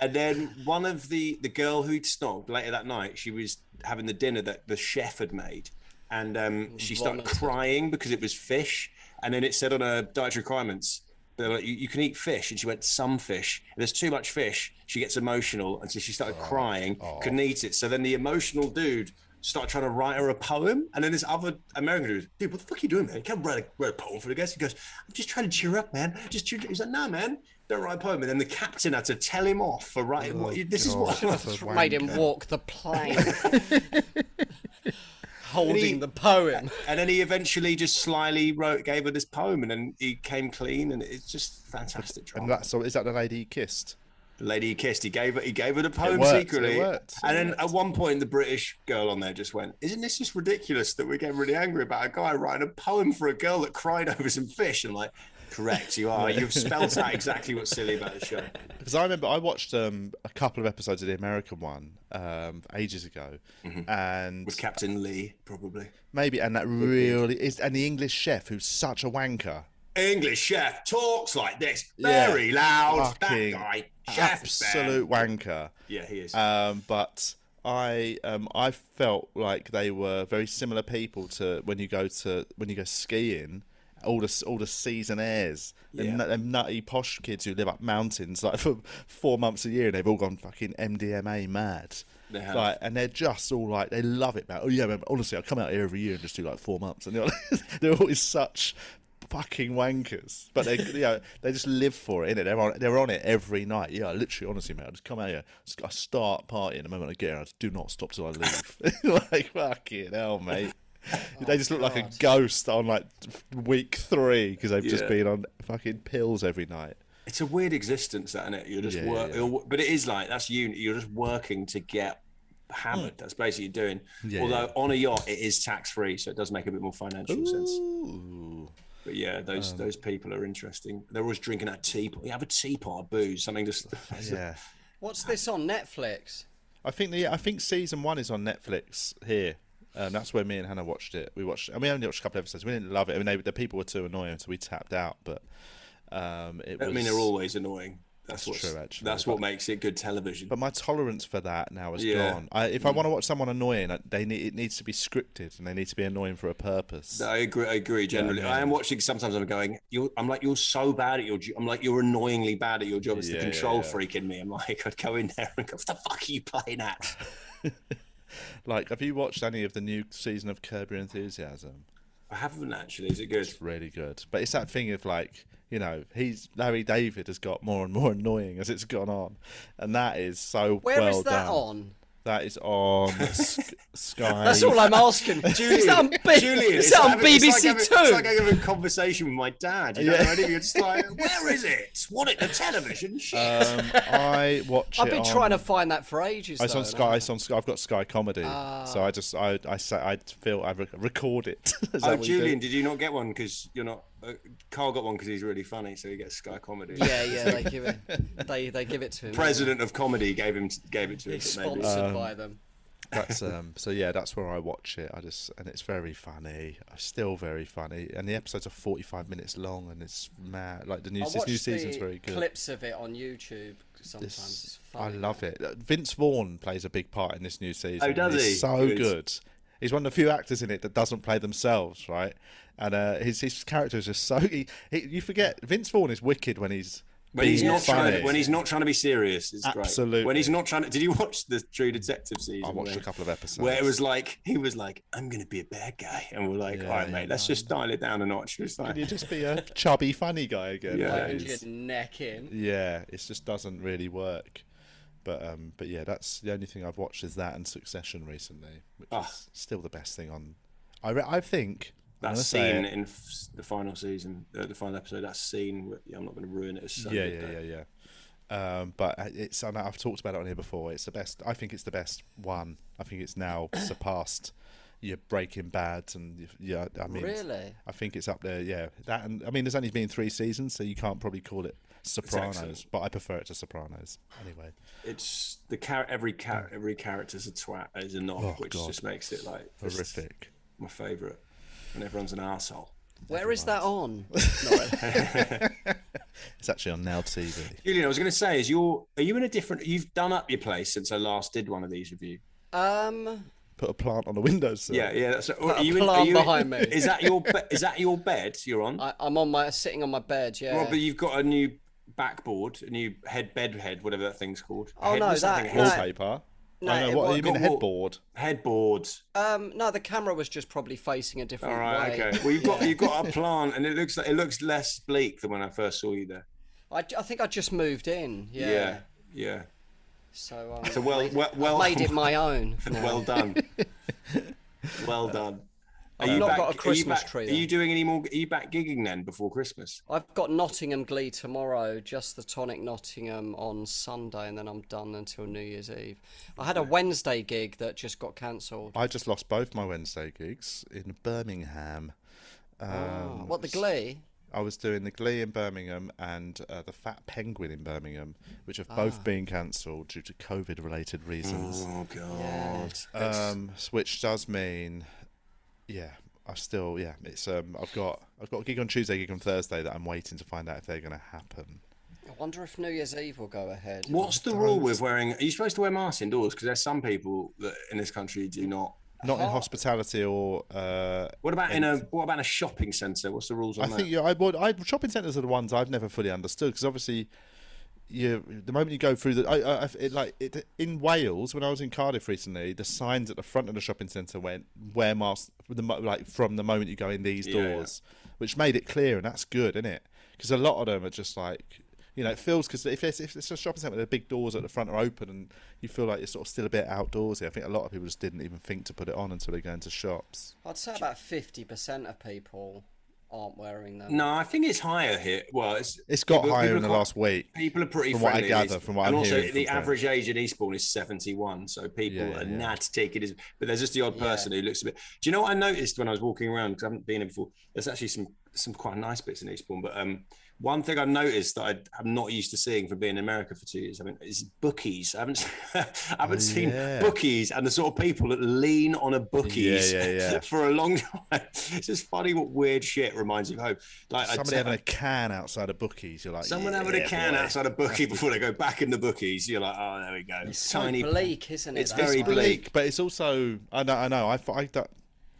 Speaker 7: and then one of the the girl who'd snogged later that night, she was having the dinner that the chef had made, and um, she started
Speaker 5: Vomited.
Speaker 7: crying because it was fish, and then it said on her dietary requirements. They're like, you, you can eat fish, and she went some fish. If there's too much fish, she gets emotional, and so
Speaker 4: Oh,
Speaker 7: she started crying, couldn't eat it. So then the emotional dude started trying to write her a poem, and then this other American dude, dude, what the fuck are you doing, man? You can't write a, write a poem for the guest. He goes, I'm just trying to cheer up, man. Just cheer. He's like, no, man, don't write a poem. And then the captain had to tell him off for writing. what, this is what.
Speaker 4: Oh, That's a
Speaker 5: Made him
Speaker 4: wanker.
Speaker 5: walk the plank. Holding
Speaker 7: He-
Speaker 5: the poem.
Speaker 7: And then he eventually just slyly wrote, gave her this poem, and then he came clean, and it's just fantastic drama.
Speaker 4: And that's so. Is that the lady he kissed?
Speaker 7: the lady he kissed, he gave her, he gave her the poem
Speaker 4: worked, it
Speaker 7: secretly.
Speaker 4: worked, it
Speaker 7: and then at one point, the British girl on there just went, "Isn't this just ridiculous that we're getting really angry about a guy writing a poem for a girl that cried over some fish?" And like, correct, you are. You've spelt out exactly what's silly about the show.
Speaker 4: Because I remember I watched um, a couple of episodes of the American one um, ages ago, and
Speaker 7: Mm-hmm. With Captain Lee, probably
Speaker 4: maybe and that really is and the English chef who's such a wanker.
Speaker 7: English chef talks like this,
Speaker 4: Yeah.
Speaker 7: very loud.
Speaker 4: Fucking
Speaker 7: that guy, chef
Speaker 4: absolute wanker.
Speaker 7: Yeah, he is.
Speaker 4: Um, but I um, I felt like they were very similar people to when you go to when you go skiing. All the all the season airs, them,
Speaker 7: Yeah.
Speaker 4: nut- them nutty posh kids who live up mountains like for four months a year, and they've all gone fucking MDMA mad.
Speaker 7: They have.
Speaker 4: Like, and they're just all like they love it, man. Oh yeah, man, honestly, I come out here every year and just do like four months, and they're, like, they're always such fucking wankers. But they, you know, they just live for it, innit? They're on, they're on it every night. Yeah, literally, honestly, man, I just come out here, just- I start partying the moment I get here, I just do not stop till I leave. like fucking hell, mate. they just look like a ghost on like week three because they've just
Speaker 7: Yeah.
Speaker 4: been on fucking pills every night.
Speaker 7: it's a weird existence, that isn't it? You're just
Speaker 4: Yeah,
Speaker 7: work,
Speaker 4: yeah.
Speaker 7: You're, but it is like that's you. You're just working to get hammered. That's basically what you're doing.
Speaker 4: Hmm. Yeah,
Speaker 7: Although on a yacht, it is tax free, so it does make a bit more financial sense.
Speaker 4: Ooh.
Speaker 7: But yeah, those
Speaker 4: Um.
Speaker 7: those people are interesting. They're always drinking that teapot. You have a teapot of booze, something just.
Speaker 4: Yeah.
Speaker 5: What's this on Netflix?
Speaker 4: I think the I think season one is on Netflix here. Um, that's where me and Hannah watched it. We watched, and we only watched a couple of episodes. We didn't love it. I mean, they, the people were too annoying, so we tapped out. But um, it
Speaker 7: I
Speaker 4: was.
Speaker 7: mean, they're always annoying. That's, what's,
Speaker 4: true, actually,
Speaker 7: That's what makes it good television.
Speaker 4: But my tolerance for that now is
Speaker 7: Yeah. Mm.
Speaker 4: gone. I, if I want to watch someone annoying, I- they need it needs to be scripted and they need to be annoying for a purpose.
Speaker 7: I agree. I agree. Generally, I am watching. Sometimes I'm going. You're, I'm like, you're so bad at your. jo- I'm like, you're annoyingly bad at your job. It's
Speaker 4: Yeah,
Speaker 7: the
Speaker 4: yeah,
Speaker 7: control
Speaker 4: yeah.
Speaker 7: freak in me. I'm like, I'd go in there and go, "What the fuck are you playing at?"
Speaker 4: Like, have you watched any of the new season of Curb Your Enthusiasm?
Speaker 7: I haven't actually. Is it good?
Speaker 4: Really good. But it's that thing of like, you know, he's Larry David has got more and more annoying as it's gone on, and that is so
Speaker 5: Where is
Speaker 4: well
Speaker 5: that
Speaker 4: done.
Speaker 5: on?
Speaker 4: That is on Sk- Sky.
Speaker 5: That's all I'm asking. is that on, B-
Speaker 7: Julian,
Speaker 5: is that on
Speaker 7: having- it's like
Speaker 5: BBC
Speaker 7: having- It's
Speaker 5: Two?
Speaker 7: like having a conversation with my dad. You
Speaker 4: Yeah.
Speaker 7: know what I mean? You're just like, where is it? What it? The television? Shit.
Speaker 4: Um, I watch.
Speaker 5: I've
Speaker 4: it
Speaker 5: been
Speaker 4: on,
Speaker 5: trying to find that for ages.
Speaker 4: It's
Speaker 5: though, Ah.
Speaker 4: on
Speaker 5: and I
Speaker 4: Sky. It's on Sky. I've got Sky Comedy, so I just I I say I feel I rec- record it. Is that
Speaker 7: oh,
Speaker 4: what you do?
Speaker 7: Julian, did you not get one? Because you're not. Uh, Carl got one because he's really funny, so he gets Sky Comedy.
Speaker 5: Yeah, yeah, they give it. They they give it to him.
Speaker 7: President of comedy gave him gave it to him.
Speaker 5: He's
Speaker 7: but maybe-
Speaker 5: sponsored
Speaker 4: Um,
Speaker 5: by them.
Speaker 4: That's um. So yeah, that's where I watch it. I just and it's very funny. It's still very funny, and the episodes are forty five minutes long, and it's mad. Like the new
Speaker 5: I
Speaker 4: this new
Speaker 5: watch
Speaker 4: season's
Speaker 5: the
Speaker 4: very good.
Speaker 5: Clips of it on YouTube sometimes. It's
Speaker 4: I
Speaker 5: funny.
Speaker 4: love it. Vince Vaughn plays a big part in this new season.
Speaker 7: Oh, does
Speaker 4: He's
Speaker 7: he?
Speaker 4: So
Speaker 7: Good.
Speaker 4: good. He's one of the few actors in it that doesn't play themselves, right? And uh, his his character is just so he, he, you forget Vince Vaughn is wicked when he's
Speaker 7: When he's
Speaker 4: being
Speaker 7: not
Speaker 4: funny.
Speaker 7: trying to, when he's not trying to be serious, it's
Speaker 4: Absolutely.
Speaker 7: great. When he's not trying to, did you watch the True Detective season?
Speaker 4: I watched
Speaker 7: where-
Speaker 4: a couple of episodes.
Speaker 7: Where it was like he was like, "I'm gonna be a bad guy," and we're like,
Speaker 4: Yeah,
Speaker 7: "All right,
Speaker 4: yeah,
Speaker 7: mate, let's just dial it down a notch." It's like,
Speaker 4: Can you just be a chubby funny guy again?
Speaker 7: Yeah.
Speaker 4: Like,
Speaker 7: Like,
Speaker 4: it's-
Speaker 5: Good neck in.
Speaker 4: yeah, it just doesn't really work. But um, but yeah, that's the only thing I've watched is that and Succession recently, which
Speaker 7: Ah.
Speaker 4: is still the best thing on. I re- I think I'm
Speaker 7: That
Speaker 4: gonna say
Speaker 7: scene
Speaker 4: it.
Speaker 7: in f- the final season, uh, the final episode, that scene, where- yeah, I'm not going to ruin it. It's so
Speaker 4: yeah,
Speaker 7: good,
Speaker 4: yeah,
Speaker 7: though.
Speaker 4: yeah, yeah. Um, but I- it's I know I've talked about it on here before. It's the best. I think it's the best one. I think it's now surpassed your Breaking Bad and your- yeah. I mean,
Speaker 2: Really?
Speaker 4: I think it's up there. Yeah, that and I mean, there's only been three seasons, so you can't probably call it Sopranos.
Speaker 7: excellent.
Speaker 4: But I prefer it to Sopranos anyway.
Speaker 7: It's the char- every char- every character's a twat is a knob,
Speaker 4: Oh,
Speaker 7: which
Speaker 4: God.
Speaker 7: just makes it like it's
Speaker 4: Horrific.
Speaker 7: My favourite, and everyone's an asshole.
Speaker 2: Where is that on?
Speaker 4: It's actually on Now TV.
Speaker 7: Julian, I was going to say, is your are you in a different? You've done up your place since I last did one of these with you.
Speaker 2: Um,
Speaker 4: Put a plant on a windowsill.
Speaker 7: Yeah, yeah. That's are
Speaker 5: a
Speaker 7: you in- are
Speaker 5: plant
Speaker 7: you in-
Speaker 5: behind me.
Speaker 7: Is that your be- is that your bed you're on?
Speaker 5: I, I'm on my sitting on my bed. Yeah.
Speaker 7: Well, but you've got a new backboard, a new head bed head, whatever that thing's called.
Speaker 2: Oh,
Speaker 7: head,
Speaker 2: no,
Speaker 7: what's
Speaker 2: that-
Speaker 7: thing
Speaker 2: no.
Speaker 7: called?
Speaker 4: Wallpaper.
Speaker 2: No, it
Speaker 4: I know. What
Speaker 2: wa-
Speaker 4: you mean?
Speaker 7: got
Speaker 4: a Headboard.
Speaker 7: headboard.
Speaker 5: Oh,
Speaker 2: um, no, the
Speaker 5: camera was just probably facing a different
Speaker 7: All right,
Speaker 5: way.
Speaker 7: okay. Well, you've got you've got a plant, and it looks like it looks less bleak than when I first saw you there.
Speaker 5: I, I think I just moved in. Yeah.
Speaker 7: Yeah, yeah.
Speaker 5: So, um,
Speaker 7: So well, well, well,
Speaker 5: made it my own. now.
Speaker 7: well done. well done. Are
Speaker 5: not got a
Speaker 7: are
Speaker 5: Christmas
Speaker 7: back-
Speaker 5: tree,
Speaker 7: Are you
Speaker 5: though.
Speaker 7: doing any more? Are you back gigging then before Christmas?
Speaker 5: I've got Nottingham Glee tomorrow, just the tonic Nottingham on Sunday, and then I'm done until New Year's Eve. I had a Wednesday gig that just got cancelled.
Speaker 4: I just lost both my Wednesday gigs in Birmingham. Um,
Speaker 7: Oh,
Speaker 5: What the Glee?
Speaker 4: I was doing the Glee in Birmingham and uh, the Fat Penguin in Birmingham, which have both been cancelled due to COVID-related reasons.
Speaker 7: Oh God.
Speaker 4: Um, s- which does mean, yeah, I still, yeah, it's um, I've got I've got a gig on Tuesday, gig on Thursday that I'm waiting to find out if they're going to happen.
Speaker 5: I wonder if New Year's Eve will go ahead.
Speaker 7: What's the rule with wearing? Are you supposed to wear masks indoors? Because there's some people that in this country do not.
Speaker 4: Not in hospitality or. Uh,
Speaker 7: What about in a what about in a shopping centre? What's the rules on
Speaker 4: I
Speaker 7: that?
Speaker 4: think you, I would. I shopping centres are the ones I've never fully understood because obviously, you the moment you go through the, I, I it, like it, in Wales when I was in Cardiff recently, the signs at the front of the shopping centre went wear masks from the mo- like from the moment you go in these
Speaker 7: Yeah, yeah.
Speaker 4: doors, which made it clear, and that's good, isn't it? Because a lot of them are just like. You know, it feels because if it's, if it's a shopping centre, the big doors at the front are open, and you feel like you're sort of still a bit outdoorsy. I think a lot of people just didn't even think to put it on until they go into shops.
Speaker 5: I'd say about 50% of people aren't wearing them.
Speaker 7: No, I think it's higher here. Well, it's
Speaker 4: It's got
Speaker 7: people-
Speaker 4: higher
Speaker 7: people
Speaker 4: in the
Speaker 7: are quite-
Speaker 4: last week.
Speaker 7: People are pretty
Speaker 4: From what I
Speaker 7: friendly. in
Speaker 4: gather,
Speaker 7: East-
Speaker 4: from what
Speaker 7: and
Speaker 4: I'm
Speaker 7: also
Speaker 4: hearing
Speaker 7: the
Speaker 4: from
Speaker 7: average age in Eastbourne is 71, so people
Speaker 4: Yeah, yeah,
Speaker 7: are
Speaker 4: yeah.
Speaker 7: mad to take it as. But there's just the odd person who looks a bit. Do you know what I noticed when I was walking around? Because I haven't been here before. There's actually some some quite nice bits in Eastbourne, but um, one thing I noticed that I, I'm not used to seeing from being in America for two years, I mean, is bookies. I haven't I haven't seen
Speaker 4: Oh, yeah.
Speaker 7: bookies and the sort of people that lean on a bookies
Speaker 4: yeah, yeah.
Speaker 7: for a long time. It's just funny what weird shit reminds you of home. Like I
Speaker 4: Somebody
Speaker 7: te-
Speaker 4: having a can outside of bookies, you're like
Speaker 7: Someone
Speaker 4: yeah,
Speaker 7: having a can
Speaker 4: boy."
Speaker 7: outside a bookie before they go back in the bookies. You're like, oh, there we go.
Speaker 5: so
Speaker 7: Tiny.
Speaker 5: bleak, isn't it?
Speaker 7: It's
Speaker 5: though?
Speaker 7: very
Speaker 5: like-
Speaker 7: bleak.
Speaker 4: But it's also I know I know I, f- I don't.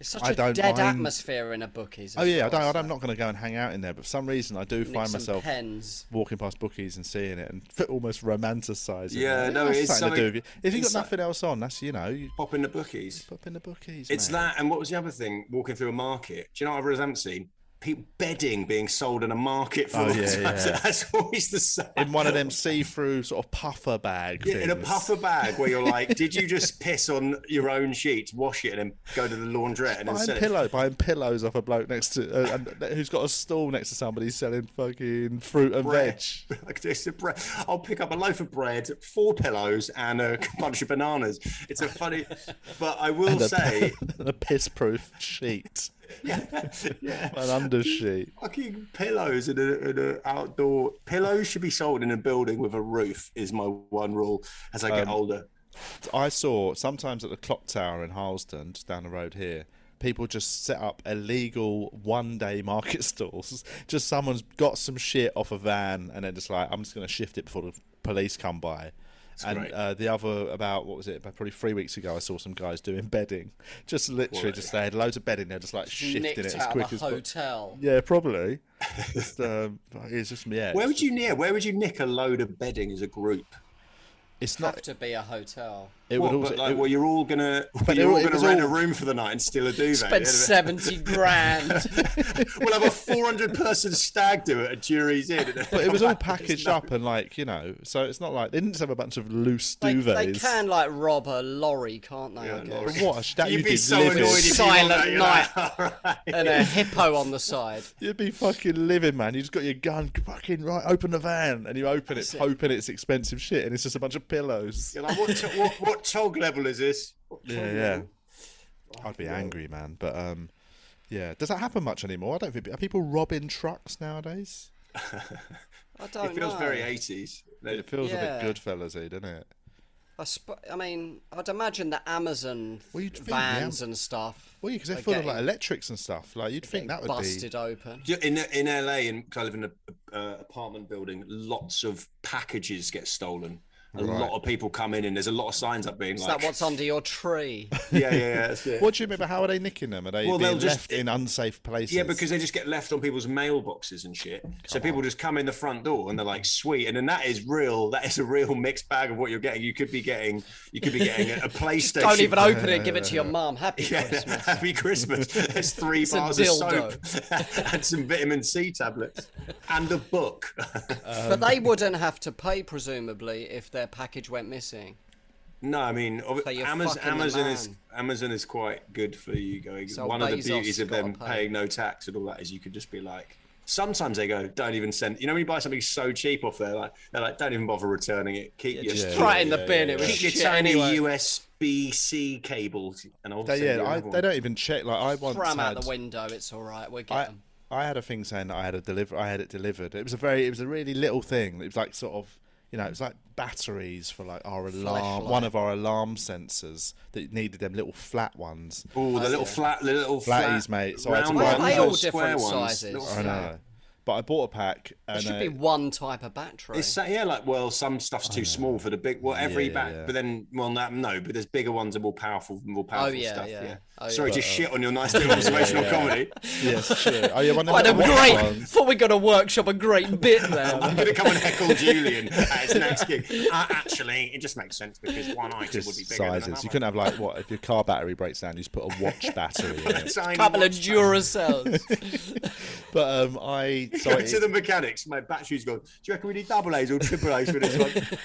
Speaker 5: It's such
Speaker 4: I
Speaker 5: a
Speaker 4: don't
Speaker 5: dead
Speaker 4: mind-
Speaker 5: atmosphere in a bookies.
Speaker 4: Oh yeah, I don't, I'm not going to go and hang out in there. But for some reason, I do find myself
Speaker 5: Pens.
Speaker 4: walking past bookies and seeing it and f- almost romanticising.
Speaker 7: Yeah,
Speaker 4: it.
Speaker 7: no,
Speaker 4: that's
Speaker 7: it's
Speaker 4: something to do.
Speaker 7: something-
Speaker 4: With you. If you've got
Speaker 7: it's so-
Speaker 4: nothing else on, that's you know, you
Speaker 7: Pop in the bookies.
Speaker 4: pop in the bookies.
Speaker 7: It's
Speaker 4: mate.
Speaker 7: that. And what was the other thing? Walking through a market. Do you know what I really haven't seen? People bedding being sold in a market for
Speaker 4: Oh,
Speaker 7: a long
Speaker 4: yeah,
Speaker 7: time.
Speaker 4: yeah.
Speaker 7: So that's always the same.
Speaker 4: in one of them see-through sort of puffer bag.
Speaker 7: Yeah, in a
Speaker 4: things.
Speaker 7: puffer bag where you're like, did you just piss on your own sheets, wash it, and then go to the laundrette and then
Speaker 4: Buying
Speaker 7: sell it?
Speaker 4: pillow, buying pillows off a bloke next to, uh, and, who's got a stall next to somebody selling fucking fruit and
Speaker 7: bread.
Speaker 4: veg.
Speaker 7: Like this, a bread. I'll pick up a loaf of bread, four pillows, and a bunch of bananas. It's a funny, but I will say,
Speaker 4: a piss proof sheet,
Speaker 7: yeah,
Speaker 4: an undersheet.
Speaker 7: fucking pillows in a, in a outdoor pillows should be sold in a building with a roof. Is my one rule as I
Speaker 4: Um,
Speaker 7: get older.
Speaker 4: I saw sometimes at the clock tower in Harlesden, just down the road here, people just set up illegal one day market stalls. Just someone's got some shit off a van and then just like, I'm just going to shift it before the police come by. and
Speaker 7: great.
Speaker 4: uh, the other about what was it? About probably three weeks ago, I saw some guys doing bedding. Just literally, just they had loads of bedding. They're just like
Speaker 5: Nicked
Speaker 4: shifting it as
Speaker 5: out
Speaker 4: quick
Speaker 5: of a
Speaker 4: as po-
Speaker 5: hotel.
Speaker 4: Yeah, probably. just, um, it's just yeah.
Speaker 7: Where
Speaker 4: it's
Speaker 7: would you near? Where would you nick a load of bedding as a group?
Speaker 4: It's
Speaker 5: have
Speaker 4: not.
Speaker 5: to be a hotel.
Speaker 4: It
Speaker 7: What,
Speaker 4: would also.
Speaker 7: but like,
Speaker 4: it-
Speaker 7: well, you're all gonna,
Speaker 4: But it
Speaker 7: you're all
Speaker 4: wa- it
Speaker 7: gonna
Speaker 4: was
Speaker 7: rent
Speaker 4: all-
Speaker 7: a room for the night and steal a duvet.
Speaker 5: Spend seventy grand.
Speaker 7: we'll have a 400 person stag do it at Jury's Inn.
Speaker 4: but it was all packaged up and like you know, so it's not like they didn't just have a bunch of loose
Speaker 5: They,
Speaker 4: duvets.
Speaker 5: they can like rob a lorry, can't they?
Speaker 7: Yeah,
Speaker 5: I guess.
Speaker 7: lorry.
Speaker 4: What a sh- that
Speaker 7: Oh, You'd
Speaker 4: you
Speaker 7: be
Speaker 4: did
Speaker 7: so
Speaker 4: live in.
Speaker 7: annoyed if you
Speaker 5: Silent
Speaker 7: were there, you're
Speaker 5: night.
Speaker 7: like, "All right."
Speaker 5: And a hippo on the side.
Speaker 4: You'd be fucking living, man. You just got your gun, fucking right. Open the van, and you open it, hoping it's expensive shit, and it's just a bunch of pillows.
Speaker 7: You're like, what, to- what, what tog level is this? What tog
Speaker 4: Yeah, yeah.
Speaker 7: level?
Speaker 4: I'd be angry, man. But um, yeah. Does that happen much anymore? I don't think. Are people robbing trucks nowadays?
Speaker 5: I don't
Speaker 7: It feels
Speaker 5: know.
Speaker 7: very 80s. They-
Speaker 4: It feels
Speaker 5: Yeah.
Speaker 4: a bit Goodfellas, doesn't it?
Speaker 5: I, sp- I mean, I'd imagine the Amazon
Speaker 4: Well, you'd think the Am-
Speaker 5: vans and stuff.
Speaker 4: Well, because they're
Speaker 5: are
Speaker 4: full of
Speaker 5: getting-
Speaker 4: like electrics and stuff. Like you'd think that would
Speaker 5: busted open.
Speaker 7: Do you- In in LA, in 'cause I live in a uh, apartment building, lots of packages get stolen. A
Speaker 4: Right.
Speaker 7: lot of people come in, and there's a lot of signs up being
Speaker 5: Is
Speaker 7: like,
Speaker 5: that what's under your tree?
Speaker 7: "Yeah, yeah, yeah." That's it.
Speaker 4: be. What do you mean? But how are they nicking them? Are they
Speaker 7: Well, they'll
Speaker 4: being
Speaker 7: just-
Speaker 4: left in unsafe places?
Speaker 7: Yeah, because they just get left on people's mailboxes and shit. so people just come in the front door and they're like, "Sweet," and then that is real. That is a real mixed bag of what you're getting. You could be getting, you could be getting a, a PlayStation.
Speaker 5: Don't even open it. Give it to your mum. Happy
Speaker 7: Yeah,
Speaker 5: Christmas.
Speaker 7: Happy Christmas. There's three
Speaker 5: a
Speaker 7: bars of soap and some vitamin C tablets and a book.
Speaker 4: Um,
Speaker 5: But they wouldn't have to pay, presumably, if their package went missing.
Speaker 7: No, I mean ob-
Speaker 5: So you're
Speaker 7: Amazon.
Speaker 5: fucking the
Speaker 7: Amazon is
Speaker 5: man.
Speaker 7: Amazon is quite good for you going.
Speaker 5: So
Speaker 7: One of
Speaker 5: Bezos
Speaker 7: the beauties of
Speaker 5: gotta
Speaker 7: them
Speaker 5: pay.
Speaker 7: paying no tax and all that is you could just be like. Sometimes they go, don't even send. You know when you buy something so cheap off there, like they're like, don't even bother returning it. Keep your
Speaker 5: Just throw it in the bin. it was
Speaker 7: keep your
Speaker 5: shit
Speaker 7: tiny
Speaker 5: anyway.
Speaker 7: USB C cables, and I'll
Speaker 4: They-
Speaker 7: send
Speaker 4: yeah,
Speaker 7: you
Speaker 4: I,
Speaker 7: another
Speaker 4: they
Speaker 7: one.
Speaker 4: don't even check. Like I once
Speaker 5: Throw 'em
Speaker 4: had,
Speaker 5: out the window. It's all right. We'll get
Speaker 4: I,
Speaker 5: 'em.
Speaker 4: I had a thing saying that I had a deliver. I had it delivered. It was a very. It was a really little thing. It was like sort of. You know, it was like batteries for like our alarm, one of our alarm sensors that needed them little flat ones.
Speaker 7: Oh, the little flat, the little
Speaker 4: Flatties,
Speaker 7: flat,
Speaker 4: mate. So I
Speaker 7: round
Speaker 4: took one-
Speaker 7: ones,
Speaker 5: Why are they all
Speaker 7: little square
Speaker 5: different
Speaker 7: ones,
Speaker 5: sizes?
Speaker 7: little
Speaker 5: I
Speaker 4: I
Speaker 7: flat-
Speaker 4: know, but I bought a pack. And
Speaker 5: There should
Speaker 4: uh,
Speaker 5: be one type of battery.
Speaker 7: It's so- yeah, like well, some stuff's too small for the big. Well, every
Speaker 4: yeah,
Speaker 7: back,
Speaker 4: yeah.
Speaker 7: but then well, no, no, but there's bigger ones and more powerful, more powerful
Speaker 5: yeah,
Speaker 7: stuff.
Speaker 5: yeah.
Speaker 7: Yeah.
Speaker 5: Oh, yeah.
Speaker 7: Sorry, just shit on your nice little observational comedy.
Speaker 4: yes, sure. Oh yeah, one of
Speaker 5: What a
Speaker 4: the little
Speaker 5: great!
Speaker 4: ones.
Speaker 5: Thought we got a workshop, a great bit there.
Speaker 7: I'm gonna come and heckle Julian at his next gig. Uh, actually, it just makes sense because one item would be
Speaker 4: Just
Speaker 7: bigger
Speaker 4: sizes.
Speaker 7: than
Speaker 4: You couldn't have like what if your car battery breaks down, you just put a watch battery in it.
Speaker 7: have
Speaker 5: Couple of Duracells.
Speaker 4: But um, I so
Speaker 7: Go
Speaker 4: it,
Speaker 7: to the mechanics. My battery's gone. Do you reckon we need double A's or triple A's for this one?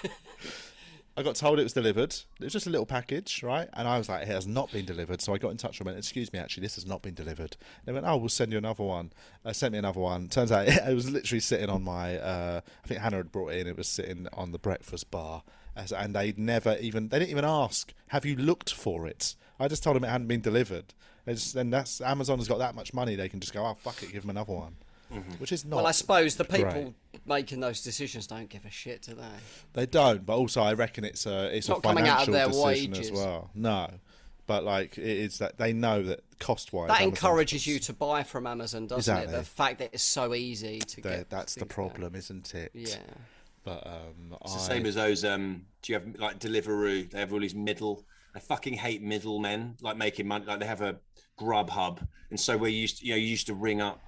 Speaker 4: I got told it was delivered. It was just a little package, right? And I was like, it has not been delivered. So I got in touch with them and went, excuse me, actually, this has not been delivered. They went, oh, we'll send you another one. I sent me another one. Turns out it was literally sitting on my, uh, I think Hannah had brought it in. It was sitting on the breakfast bar. As, and they'd never even, they didn't even ask, have you looked for it? I just told them it hadn't been delivered. They just- And that's, Amazon's got that much money, they can just go, oh, fuck it, give them another one. Which is not.
Speaker 5: Well, I suppose the people
Speaker 4: Right.
Speaker 5: making those decisions don't give a shit, do they?
Speaker 4: They don't, but also I reckon it's a it's a
Speaker 5: Not coming
Speaker 4: financial
Speaker 5: out of their
Speaker 4: decision
Speaker 5: wages.
Speaker 4: as well. No, but like it is that they know that cost wise
Speaker 5: That encourages you to buy from Amazon, doesn't it?
Speaker 4: Exactly.
Speaker 5: The fact that it's so easy to get.
Speaker 4: that's the
Speaker 5: things
Speaker 4: problem, isn't it?
Speaker 5: there. Yeah.
Speaker 4: But um,
Speaker 7: It's the
Speaker 4: I-
Speaker 7: same as those. Um, do you have like Deliveroo? They have all these middle. I fucking hate middlemen. Like making money. Like they have a Grubhub, and so we're used. To, you know, you used to ring up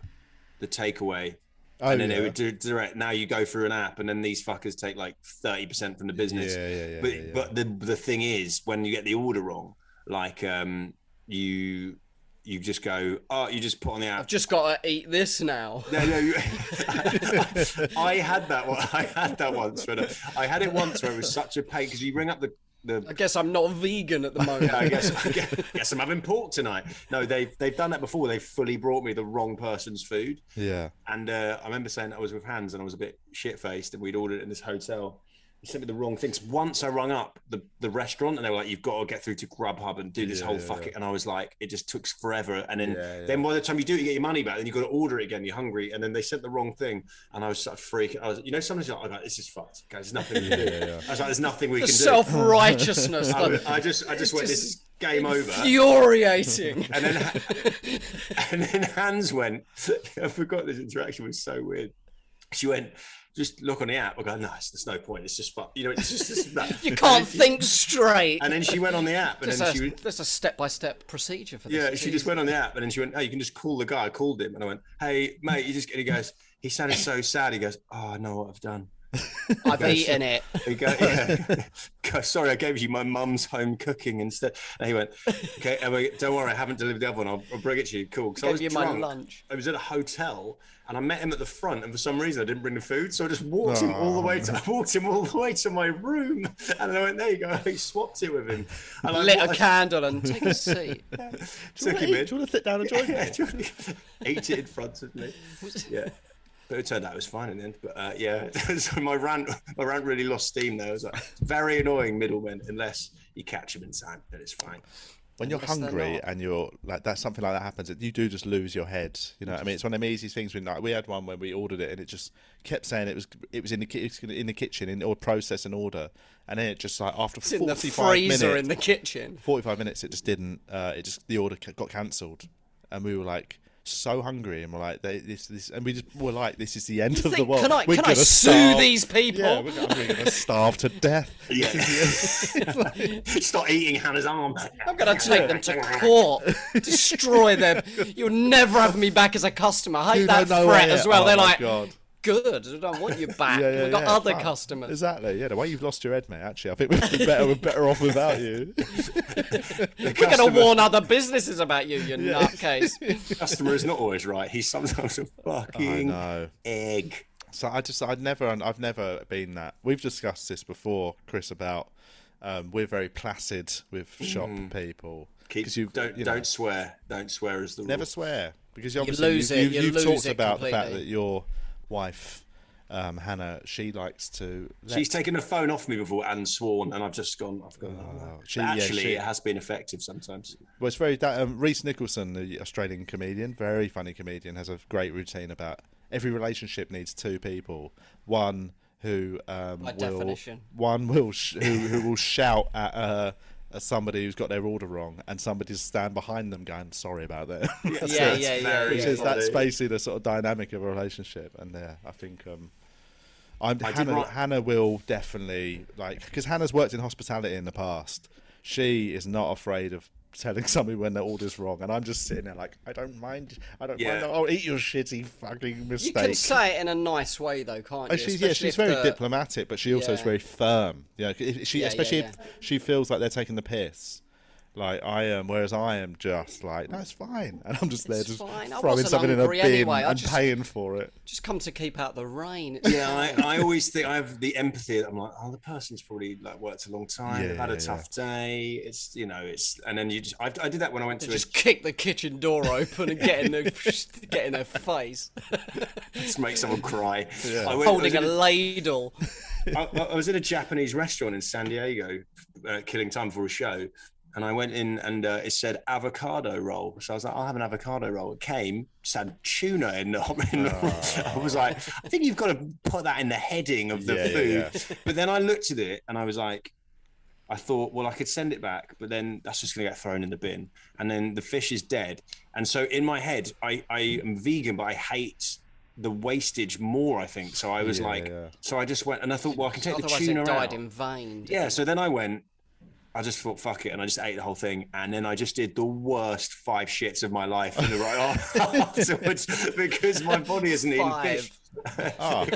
Speaker 7: the takeaway,
Speaker 4: oh,
Speaker 7: and then
Speaker 4: yeah.
Speaker 7: they would do direct. Now you go through an app, and then these fuckers take like thirty percent from the business.
Speaker 4: Yeah, yeah, yeah,
Speaker 7: but
Speaker 4: yeah, yeah.
Speaker 7: but the the thing is, when you get the order wrong, like um, you you just go, oh, you just put on the app.
Speaker 5: I've just got to eat this now.
Speaker 7: No, no. you- I had that one. I had that once. When I, I had it once where it was such a pain because you ring up the
Speaker 5: I
Speaker 7: the.
Speaker 5: guess I'm not vegan at the moment.
Speaker 7: Yeah, I guess, I guess guess I'm having pork tonight. No, they've they've done that before. They fully brought me the wrong person's food,
Speaker 4: yeah.
Speaker 7: and uh, I remember saying I was with Hans and I was a bit shit faced, and we'd ordered it in this hotel. He sent me the wrong things. Once I rung up the, the restaurant and they were like, "You've got to get through to Grubhub and do this
Speaker 4: Yeah,
Speaker 7: whole
Speaker 4: yeah,
Speaker 7: fucking." And I was like, "It just took forever." And then
Speaker 4: Yeah, yeah.
Speaker 7: then by the time you do it, you get your money back. Then you got to order it again. You're hungry, and then they sent the wrong thing. And I was such a freak. I was, you know, sometimes you're like, oh, "This is fucked. Okay, there's nothing we can do." I was like, "There's nothing we
Speaker 5: the
Speaker 7: can
Speaker 5: self
Speaker 7: do."
Speaker 5: righteousness.
Speaker 7: I, was- I just I just went,
Speaker 5: just
Speaker 7: "This is game over."
Speaker 5: Infuriating.
Speaker 7: And then, and then Hans went, I forgot this interaction was so weird. She went, just look on the app. I go, no, it's- there's no point. It's just, fu-. you know, it's just, it's that.
Speaker 5: you can't
Speaker 7: And then-
Speaker 5: think straight.
Speaker 7: And then she went on the app, and
Speaker 5: There's
Speaker 7: then she,
Speaker 5: a,
Speaker 7: was-
Speaker 5: there's a step-by-step procedure for this.
Speaker 7: yeah, she just went on the app, and then she went, oh, you can just call the guy. I called him, and I went, hey, mate, you just, and he goes, he sounded so sad. He goes, oh, I know what I've done.
Speaker 5: I've eaten it.
Speaker 7: He go, yeah. Go, Sorry, I gave you my mum's home cooking instead. And he went, okay, and we- don't worry, I haven't delivered the other one. I'll, I'll bring it to you. Cool. Because I
Speaker 5: Gave
Speaker 7: was
Speaker 5: you my
Speaker 7: drunk.
Speaker 5: lunch.
Speaker 7: I was at a hotel and I met him at the front, and for some reason I didn't bring the food, so I just walked him all the way to I walked him all the way to my room, and I went, there you go. I swapped it with him. And I
Speaker 5: Lit
Speaker 7: wa-
Speaker 5: a candle and take a seat.
Speaker 7: took
Speaker 4: Do
Speaker 7: him
Speaker 4: you
Speaker 7: in.
Speaker 4: want to sit down and join me?
Speaker 7: Yeah, do you want to- ate it in front of me. Yeah. But it turned out it was fine in the end. But uh, yeah, so my rant, my rant really lost steam there. It was like very annoying middlemen unless you catch them in time, then it's fine.
Speaker 4: when you're
Speaker 5: Unless they're
Speaker 4: hungry
Speaker 5: not.
Speaker 4: and you're like that something like that happens you do just lose your head you know what i mean it's one of them easy things when like we had one when we ordered it and it just kept saying it was it was in the ki- it's in the kitchen in or process and order and then it just like after
Speaker 5: It's in the
Speaker 4: 45 minutes
Speaker 5: freezer in the kitchen.
Speaker 4: 45 minutes it just didn't uh, it just the order ca- got cancelled and we were like so hungry and we're like they, this this and we just were like this is the end of the
Speaker 5: think-
Speaker 4: world
Speaker 5: can I-
Speaker 4: We're
Speaker 5: can I
Speaker 4: gonna
Speaker 5: sue
Speaker 4: starve."
Speaker 5: these people?
Speaker 4: yeah, we're, gonna- we're gonna starve to death
Speaker 7: Yeah. Start eating Hannah's arm.
Speaker 5: I'm going to take them to court, destroy them. You'll never have me back as a customer. I hate
Speaker 4: You
Speaker 5: that
Speaker 4: don't know
Speaker 5: threat
Speaker 4: where-
Speaker 5: as well.
Speaker 4: oh
Speaker 5: They're
Speaker 4: my
Speaker 5: like,
Speaker 4: God.
Speaker 5: good, I don't want you back.
Speaker 4: Yeah, yeah,
Speaker 5: We've got
Speaker 4: yeah,
Speaker 5: other
Speaker 4: fuck.
Speaker 5: customers.
Speaker 4: Exactly. Yeah, the way you've lost your head, mate. Actually, I think we'd be better. we're better off without you.
Speaker 5: We're going to warn other businesses about you, you nutcase.
Speaker 7: Customer is not always right. He's sometimes a fucking
Speaker 4: know.
Speaker 7: egg.
Speaker 4: So I just, I'd never, I've never been that. We've discussed this before, Chris. About um, we're very placid with
Speaker 5: Mm.
Speaker 4: shop people.
Speaker 7: Keep,
Speaker 4: 'Cause you-
Speaker 7: don't
Speaker 4: you know,
Speaker 7: don't swear. Don't swear is the
Speaker 4: never
Speaker 7: rule.
Speaker 4: swear because you obviously
Speaker 5: lose
Speaker 4: you,
Speaker 5: it,
Speaker 4: you,
Speaker 5: you
Speaker 4: you've
Speaker 5: lose
Speaker 4: talked
Speaker 5: it
Speaker 4: about the fact
Speaker 5: completely.
Speaker 4: that your wife, um, Hannah, she likes to. let-
Speaker 7: She's taken the phone off me before and sworn, and I've just gone. I've gone. Oh, no.
Speaker 4: she-
Speaker 7: But
Speaker 4: yeah,
Speaker 7: actually,
Speaker 4: she-
Speaker 7: it has been effective sometimes.
Speaker 4: Well, it's very that um, Reese Nicholson, the Australian comedian, very funny comedian, has a great routine about every relationship needs two people. One who um,
Speaker 5: By
Speaker 4: will,
Speaker 5: definition.
Speaker 4: one will sh- who, who will shout at uh, at somebody who's got their order wrong, and somebody to stand behind them going, "Sorry about that." That's
Speaker 5: Yeah,
Speaker 4: it.
Speaker 5: yeah, yeah.
Speaker 7: very
Speaker 4: Which is
Speaker 7: funny.
Speaker 4: that's basically the sort of dynamic of a relationship, and yeah, I think um, I'm,
Speaker 7: I did
Speaker 4: Hannah,
Speaker 7: write-
Speaker 4: Hannah will definitely like because Hannah's worked in hospitality in the past. She is not afraid of telling somebody when their order's wrong, and I'm just sitting there like, I don't mind. I don't
Speaker 7: Yeah.
Speaker 4: mind. I'll eat your shitty fucking
Speaker 5: You
Speaker 4: mistake.
Speaker 5: can say it in a nice way, though, can't
Speaker 4: And
Speaker 5: you?
Speaker 4: Oh, she's yeah,
Speaker 5: Especially
Speaker 4: she's
Speaker 5: if
Speaker 4: very
Speaker 5: the-
Speaker 4: diplomatic, but she also is
Speaker 5: Yeah.
Speaker 4: very firm. You know, if she
Speaker 5: Yeah, yeah,
Speaker 4: especially if
Speaker 5: yeah.
Speaker 4: she feels like they're taking the piss. Like I am, whereas I am just like that's fine, and I'm just there
Speaker 5: It's
Speaker 4: just
Speaker 5: fine. I
Speaker 4: throwing
Speaker 5: wasn't
Speaker 4: something in a
Speaker 5: hungry
Speaker 4: bin
Speaker 5: anyway, I
Speaker 4: and
Speaker 5: just-
Speaker 4: paying for it.
Speaker 5: Just come to keep out the rain.
Speaker 7: Yeah, I, I always think I have the empathy. that I'm like, oh, the person's probably like worked a long time. they've had a
Speaker 4: Yeah.
Speaker 7: tough day. It's you know, it's and then you just I, I did that when I went to
Speaker 5: Just kick the kitchen door open and get in their, get in their face,
Speaker 7: a, just make someone cry. I went- I was
Speaker 5: holding a
Speaker 7: in a-
Speaker 5: ladle.
Speaker 7: I, I was in a Japanese restaurant in San Diego, uh, killing time for a show, and I went in and uh, it said avocado roll. So I was like, I'll have an avocado roll. It came, said tuna in the. In
Speaker 4: Ah.
Speaker 7: the I was like, I think you've got to put that in the heading of the
Speaker 4: Yeah,
Speaker 7: food.
Speaker 4: yeah,
Speaker 7: But then I looked at it and I was like, I thought, well, I could send it back, but then that's just going to get thrown in the bin. And then the fish is dead. And so in my head, I, I am vegan, but I hate the wastage more, I think. So I was
Speaker 4: Yeah,
Speaker 7: like,
Speaker 4: yeah.
Speaker 7: so I just went and I thought, well, I can take the
Speaker 5: Otherwise,
Speaker 7: tuna
Speaker 5: it died
Speaker 7: out.
Speaker 5: in vain.
Speaker 7: Yeah. So then I went, I just thought, fuck it. And I just ate the whole thing. And then I just did the worst five shits of my life in the right afterwards because my body isn't eating fish.
Speaker 4: Ah.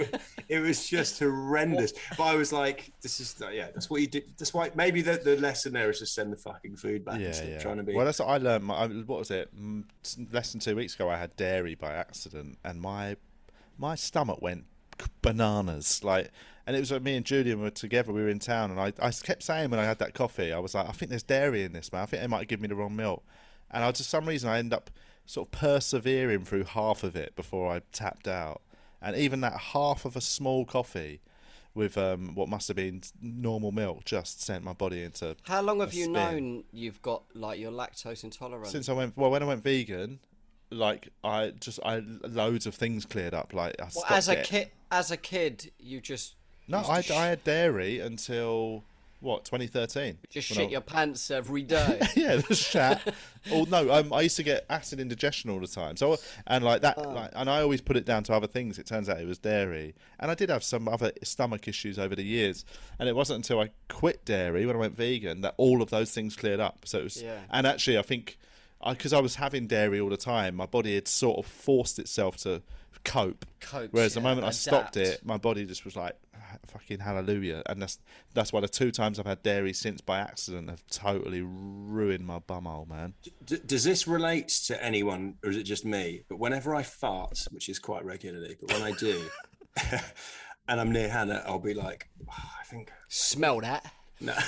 Speaker 7: It was just horrendous. But I was like, this is, yeah, that's what you do. That's why maybe the, the lesson there is just send the fucking food back
Speaker 4: Yeah,
Speaker 7: instead
Speaker 4: yeah.
Speaker 7: of trying to be.
Speaker 4: Well, that's what I learned. My, I- what was it? Mm, s- Less than two weeks ago, I had dairy by accident, and my my stomach went bananas. Like, and it was like me and Julian were together. We were in town, and I I kept saying when I had that coffee, I was like, I think there's dairy in this, man. I think they might give me the wrong milk. And I just some reason I end up sort of persevering through half of it before I tapped out. And even that half of a small coffee with um, what must have been normal milk just sent my body into
Speaker 5: How long have
Speaker 4: a
Speaker 5: you
Speaker 4: spin.
Speaker 5: known you've got like you're lactose intolerant?
Speaker 4: since I went well when I went vegan, like I just I loads of things cleared up. Like I
Speaker 5: well,
Speaker 4: stopped
Speaker 5: as a
Speaker 4: it.
Speaker 5: kid, as a kid, you just
Speaker 4: No,
Speaker 5: used to
Speaker 4: I,
Speaker 5: sh-
Speaker 4: I had dairy until what 2013.
Speaker 5: just
Speaker 4: when
Speaker 5: shit
Speaker 4: I-
Speaker 5: your pants every day.
Speaker 4: yeah, the shat. oh no, um, I used to get acid indigestion all the time. So and like that, like, and I always put it down to other things. It turns out it was dairy, and I did have some other stomach issues over the years. And it wasn't until I quit dairy when I went vegan that all of those things cleared up. So it was,
Speaker 5: Yeah.
Speaker 4: and actually, I think because I, was having dairy all the time, my body had sort of forced itself to cope.
Speaker 5: Cope,
Speaker 4: Whereas the
Speaker 5: yeah,
Speaker 4: moment I stopped
Speaker 5: adapt.
Speaker 4: it, my body just was like, ha- fucking hallelujah. And that's that's why the two times I've had dairy since by accident have totally ruined my bumhole, man.
Speaker 7: D- does this relate to anyone, or is it just me? But whenever I fart, which is quite regularly, but when I do, and I'm near Hannah, I'll be like, "Oh, I think
Speaker 5: Smell that.
Speaker 7: no,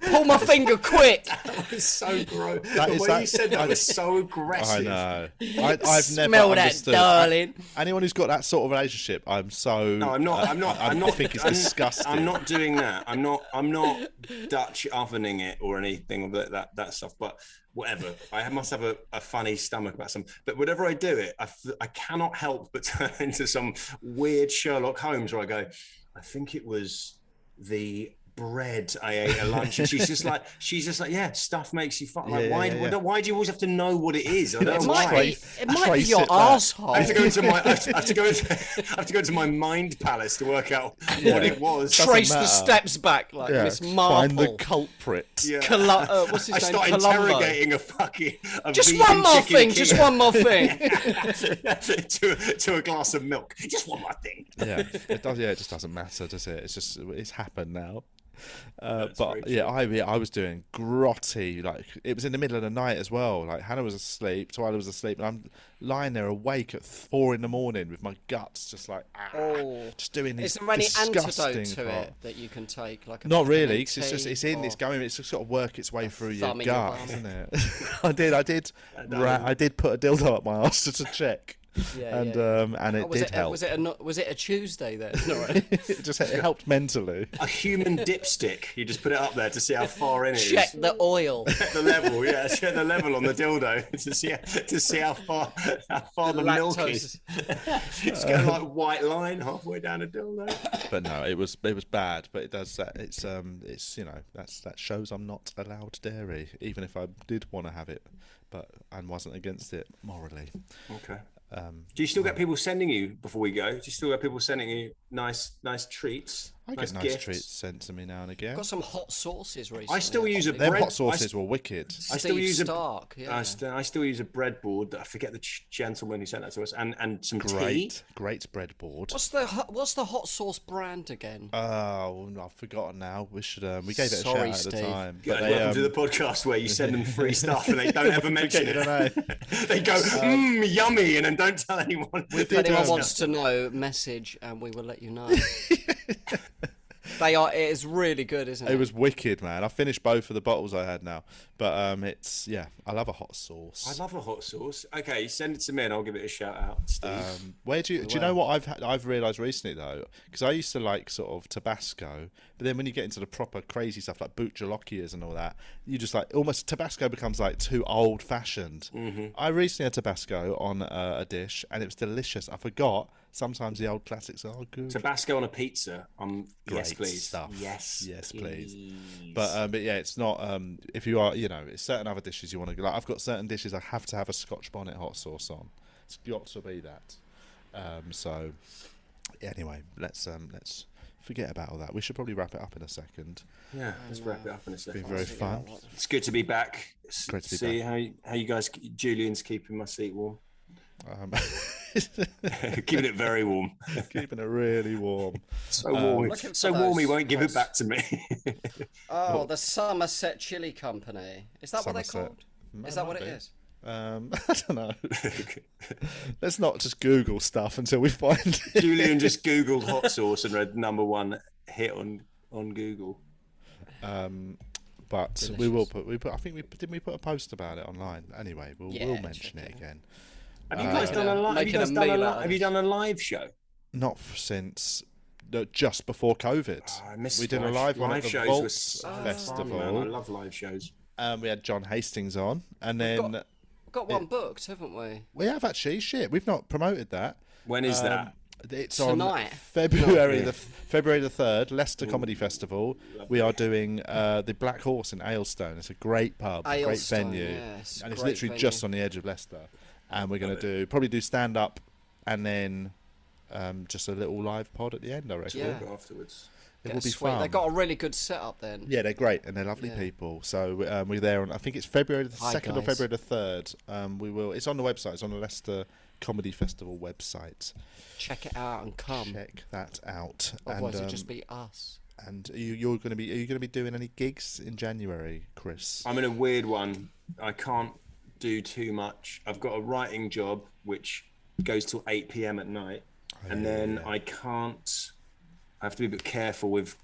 Speaker 5: Pull my finger quick.
Speaker 7: it's so gross.
Speaker 4: That
Speaker 7: the
Speaker 4: is
Speaker 7: way
Speaker 4: that-
Speaker 7: you said that was so
Speaker 4: I
Speaker 7: aggressive.
Speaker 4: know. I, I've never
Speaker 5: Smell that,
Speaker 4: understood.
Speaker 5: darling.
Speaker 4: Anyone who's got that sort of relationship, I'm so.
Speaker 7: No, I'm not. I'm not.
Speaker 4: I,
Speaker 7: I'm, not.
Speaker 4: think it's
Speaker 7: I'm-
Speaker 4: disgusting.
Speaker 7: I'm not doing that. I'm not. I'm not Dutch ovening it or anything of that that, that stuff. But whatever. I must have a, a funny stomach about some. But whenever I do it, I, f- I cannot help but turn into some weird Sherlock Holmes where I go, I think it was the bread I ate at lunch. And she's just like, she's just like, yeah, stuff makes you fun. Like,
Speaker 4: Yeah, yeah,
Speaker 7: why?
Speaker 4: yeah, yeah.
Speaker 7: Why do you always have to know what it is? I don't
Speaker 5: It
Speaker 7: know
Speaker 5: might
Speaker 7: why.
Speaker 5: be, it
Speaker 4: that's
Speaker 5: might
Speaker 4: why
Speaker 5: be
Speaker 4: you
Speaker 5: your
Speaker 4: sit back.
Speaker 5: asshole.
Speaker 7: I have to go into my. I have to, I have to go into. I have to go into my mind palace to work out what it was.
Speaker 5: Trace
Speaker 4: matter.
Speaker 5: the steps back like
Speaker 4: Yeah.
Speaker 5: Miss
Speaker 4: Find the
Speaker 5: Marple.
Speaker 4: culprit.
Speaker 7: Yeah.
Speaker 5: Colo- uh, what's his
Speaker 7: I
Speaker 5: name?
Speaker 7: start
Speaker 5: Columbo.
Speaker 7: interrogating a fucking. A
Speaker 5: Just
Speaker 7: vegan
Speaker 5: one more
Speaker 7: chicken
Speaker 5: thing. Just
Speaker 7: kebab
Speaker 5: one more thing.
Speaker 7: to, to a glass of milk. Just one more thing.
Speaker 4: yeah, it does. Yeah, it just doesn't matter, does it? It's just it's happened now. Uh,
Speaker 7: very
Speaker 4: but yeah, I yeah, I was doing grotty. Like it was in the middle of the night as well. Like Hannah was asleep, Twyla was asleep, and I'm lying there awake at four in the morning with my guts just like ah,
Speaker 5: Oh.
Speaker 4: just doing this.
Speaker 5: Is there any
Speaker 4: disgusting
Speaker 5: antidote to
Speaker 4: part.
Speaker 5: it that you can take? Like a
Speaker 4: Not
Speaker 5: vitamin
Speaker 4: really, 'cause it's just
Speaker 5: T
Speaker 4: it's in,
Speaker 5: or-
Speaker 4: it's going, it's just sort of work its way through your
Speaker 5: thumb in your
Speaker 4: gut,
Speaker 5: bum.
Speaker 4: isn't it? I did, I did,
Speaker 7: no,
Speaker 4: ra-
Speaker 7: no.
Speaker 4: I did put a dildo up my arse just to check,
Speaker 5: Yeah,
Speaker 4: and
Speaker 5: yeah.
Speaker 4: um, and it
Speaker 5: Oh, was
Speaker 4: did
Speaker 5: it,
Speaker 4: help.
Speaker 5: Was it a no- was it a Tuesday then? No, right.
Speaker 4: it just it helped mentally.
Speaker 7: A human dipstick. You just put it up there to see how far in it is.
Speaker 5: Check the oil.
Speaker 7: Check the level, yeah. Check the level on the dildo to see to see how far how far the, milk
Speaker 5: Lactose.
Speaker 7: is. It's going like white line halfway down a dildo.
Speaker 4: but no, it was it was bad. But it does that. It's um, it's you know that's that shows I'm not allowed dairy, even if I did want to have it, but and wasn't against it morally.
Speaker 7: Okay.
Speaker 4: Um,
Speaker 7: do you still get people sending you before we go? Do you still get people sending you nice, nice treats?
Speaker 4: I get nice
Speaker 7: gifts?
Speaker 4: treats sent to me now and again.
Speaker 5: Got some hot sauces recently.
Speaker 7: I still use a
Speaker 4: Them
Speaker 7: bread.
Speaker 4: hot sauces
Speaker 7: I,
Speaker 4: were wicked.
Speaker 5: Steve
Speaker 7: I still use a-
Speaker 5: Stark. yeah.
Speaker 7: I, st- I still use a breadboard. that- I forget the ch- gentleman who sent that to us, and and some tea.
Speaker 4: Great, great breadboard.
Speaker 5: What's the ho- what's the hot sauce brand again?
Speaker 4: Oh, I've forgotten now. We should. Um, we gave it a
Speaker 5: Sorry,
Speaker 4: shout out at the
Speaker 5: Steve.
Speaker 4: time.
Speaker 7: Good. Welcome to the podcast where you send them free stuff and they don't ever mention
Speaker 4: um, forget
Speaker 7: it.
Speaker 4: it, I Uh,
Speaker 7: they go, mmm, yummy, and then don't tell anyone.
Speaker 5: if anyone wants to know, message and we will let you know. they are. It is really good, isn't it?
Speaker 4: It was wicked, man. I finished both of the bottles I had now, but um, it's yeah. I love a hot sauce.
Speaker 7: I love a hot sauce. Okay, send it to me and I'll give it a shout out, Steve.
Speaker 4: Um, where do you do you know what I've had, I've realised recently though? Because I used to like sort of Tabasco, but then when you get into the proper crazy stuff like boot jalokias and all that, you just like almost Tabasco becomes like too old fashioned. I recently had Tabasco on uh, a dish and it was delicious. I forgot sometimes the old classics are good.
Speaker 7: Tabasco on a pizza. Um, yes,
Speaker 4: Great
Speaker 7: please.
Speaker 4: stuff.
Speaker 7: Yes.
Speaker 4: Yes, please. But um, but yeah, it's not. Um, if you are, you know, it's certain other dishes you want to like. I've got certain dishes I have to have a Scotch bonnet hot sauce on. It's got to be that. Um, so anyway, let's um, let's forget about all that. We should probably wrap it up in a second.
Speaker 7: yeah, let's wrap it up in a
Speaker 4: It's
Speaker 7: second.
Speaker 4: been very fun.
Speaker 7: It's good to be back. S-
Speaker 4: Great to be
Speaker 7: See how you, how you guys, Julian's keeping my seat warm,
Speaker 4: Um,
Speaker 7: keeping it very warm.
Speaker 4: keeping it really warm.
Speaker 7: So warm,
Speaker 5: Looking for
Speaker 7: so warm. He
Speaker 5: those
Speaker 7: won't give it back to me.
Speaker 5: oh, the Somerset Chili Company. Is that what
Speaker 4: Somerset.
Speaker 5: they're called? Is that
Speaker 4: might
Speaker 5: what it
Speaker 4: be.
Speaker 5: is?
Speaker 4: Um, I don't know. Let's not just Google stuff until we find it.
Speaker 7: Julian just googled hot sauce and read number one hit on on Google.
Speaker 4: but we will put we put I think we didn't we put a post about it online anyway we'll, we'll
Speaker 5: Yeah,
Speaker 4: mention it again
Speaker 7: Have you guys done a
Speaker 5: a-
Speaker 7: live? Have you
Speaker 5: making a
Speaker 7: guys done Uh, a
Speaker 5: meal out
Speaker 7: li-
Speaker 5: of
Speaker 7: Have you
Speaker 5: it.
Speaker 7: done a live show?
Speaker 4: not f- since no, just before COVID
Speaker 7: Oh, I miss
Speaker 4: we did
Speaker 7: live-
Speaker 4: a live one
Speaker 7: live
Speaker 4: at the
Speaker 7: shows were
Speaker 4: Vaults
Speaker 5: Oh,
Speaker 7: so fun, man. I
Speaker 4: Festival
Speaker 7: love live shows.
Speaker 4: and we had John Hastings on and then
Speaker 5: got- Got one booked, haven't we?
Speaker 4: we have actually shit we've not promoted that
Speaker 7: When is that?
Speaker 4: Um, it's on
Speaker 5: Tonight?
Speaker 4: February the February the third, Leicester Comedy Festival. We are doing uh, the Black Horse in Aylstone. It's a great pub, a great
Speaker 5: Aylstone,
Speaker 4: venue,
Speaker 5: yes,
Speaker 4: and it's
Speaker 5: great
Speaker 4: literally
Speaker 5: venue.
Speaker 4: just on the edge of Leicester. And we're going to do probably do stand up, and then um, just a little live pod at the end. I reckon
Speaker 5: Yeah.
Speaker 7: Afterwards.
Speaker 4: it
Speaker 5: Get
Speaker 4: will
Speaker 5: a
Speaker 4: be
Speaker 5: sweet-
Speaker 4: fun.
Speaker 5: They've got a really good setup then.
Speaker 4: Yeah, they're great and they're lovely
Speaker 5: Yeah.
Speaker 4: people. So um, we're there on. I think it's February the
Speaker 5: Hi,
Speaker 4: second or
Speaker 5: guys.
Speaker 4: February the third. Um, we will. It's on the website. It's on the Leicester Comedy Festival website.
Speaker 5: Check it out and come.
Speaker 4: Check that out.
Speaker 5: Mm. Otherwise,
Speaker 4: and,
Speaker 5: it'd just
Speaker 4: um,
Speaker 5: be us.
Speaker 4: And you, you're going to be are you going to be doing any gigs in January, Chris?
Speaker 7: I'm in a weird one. I can't do too much. I've got a writing job which goes till 8 p.m. at night, and then I can't. I have to be a bit careful with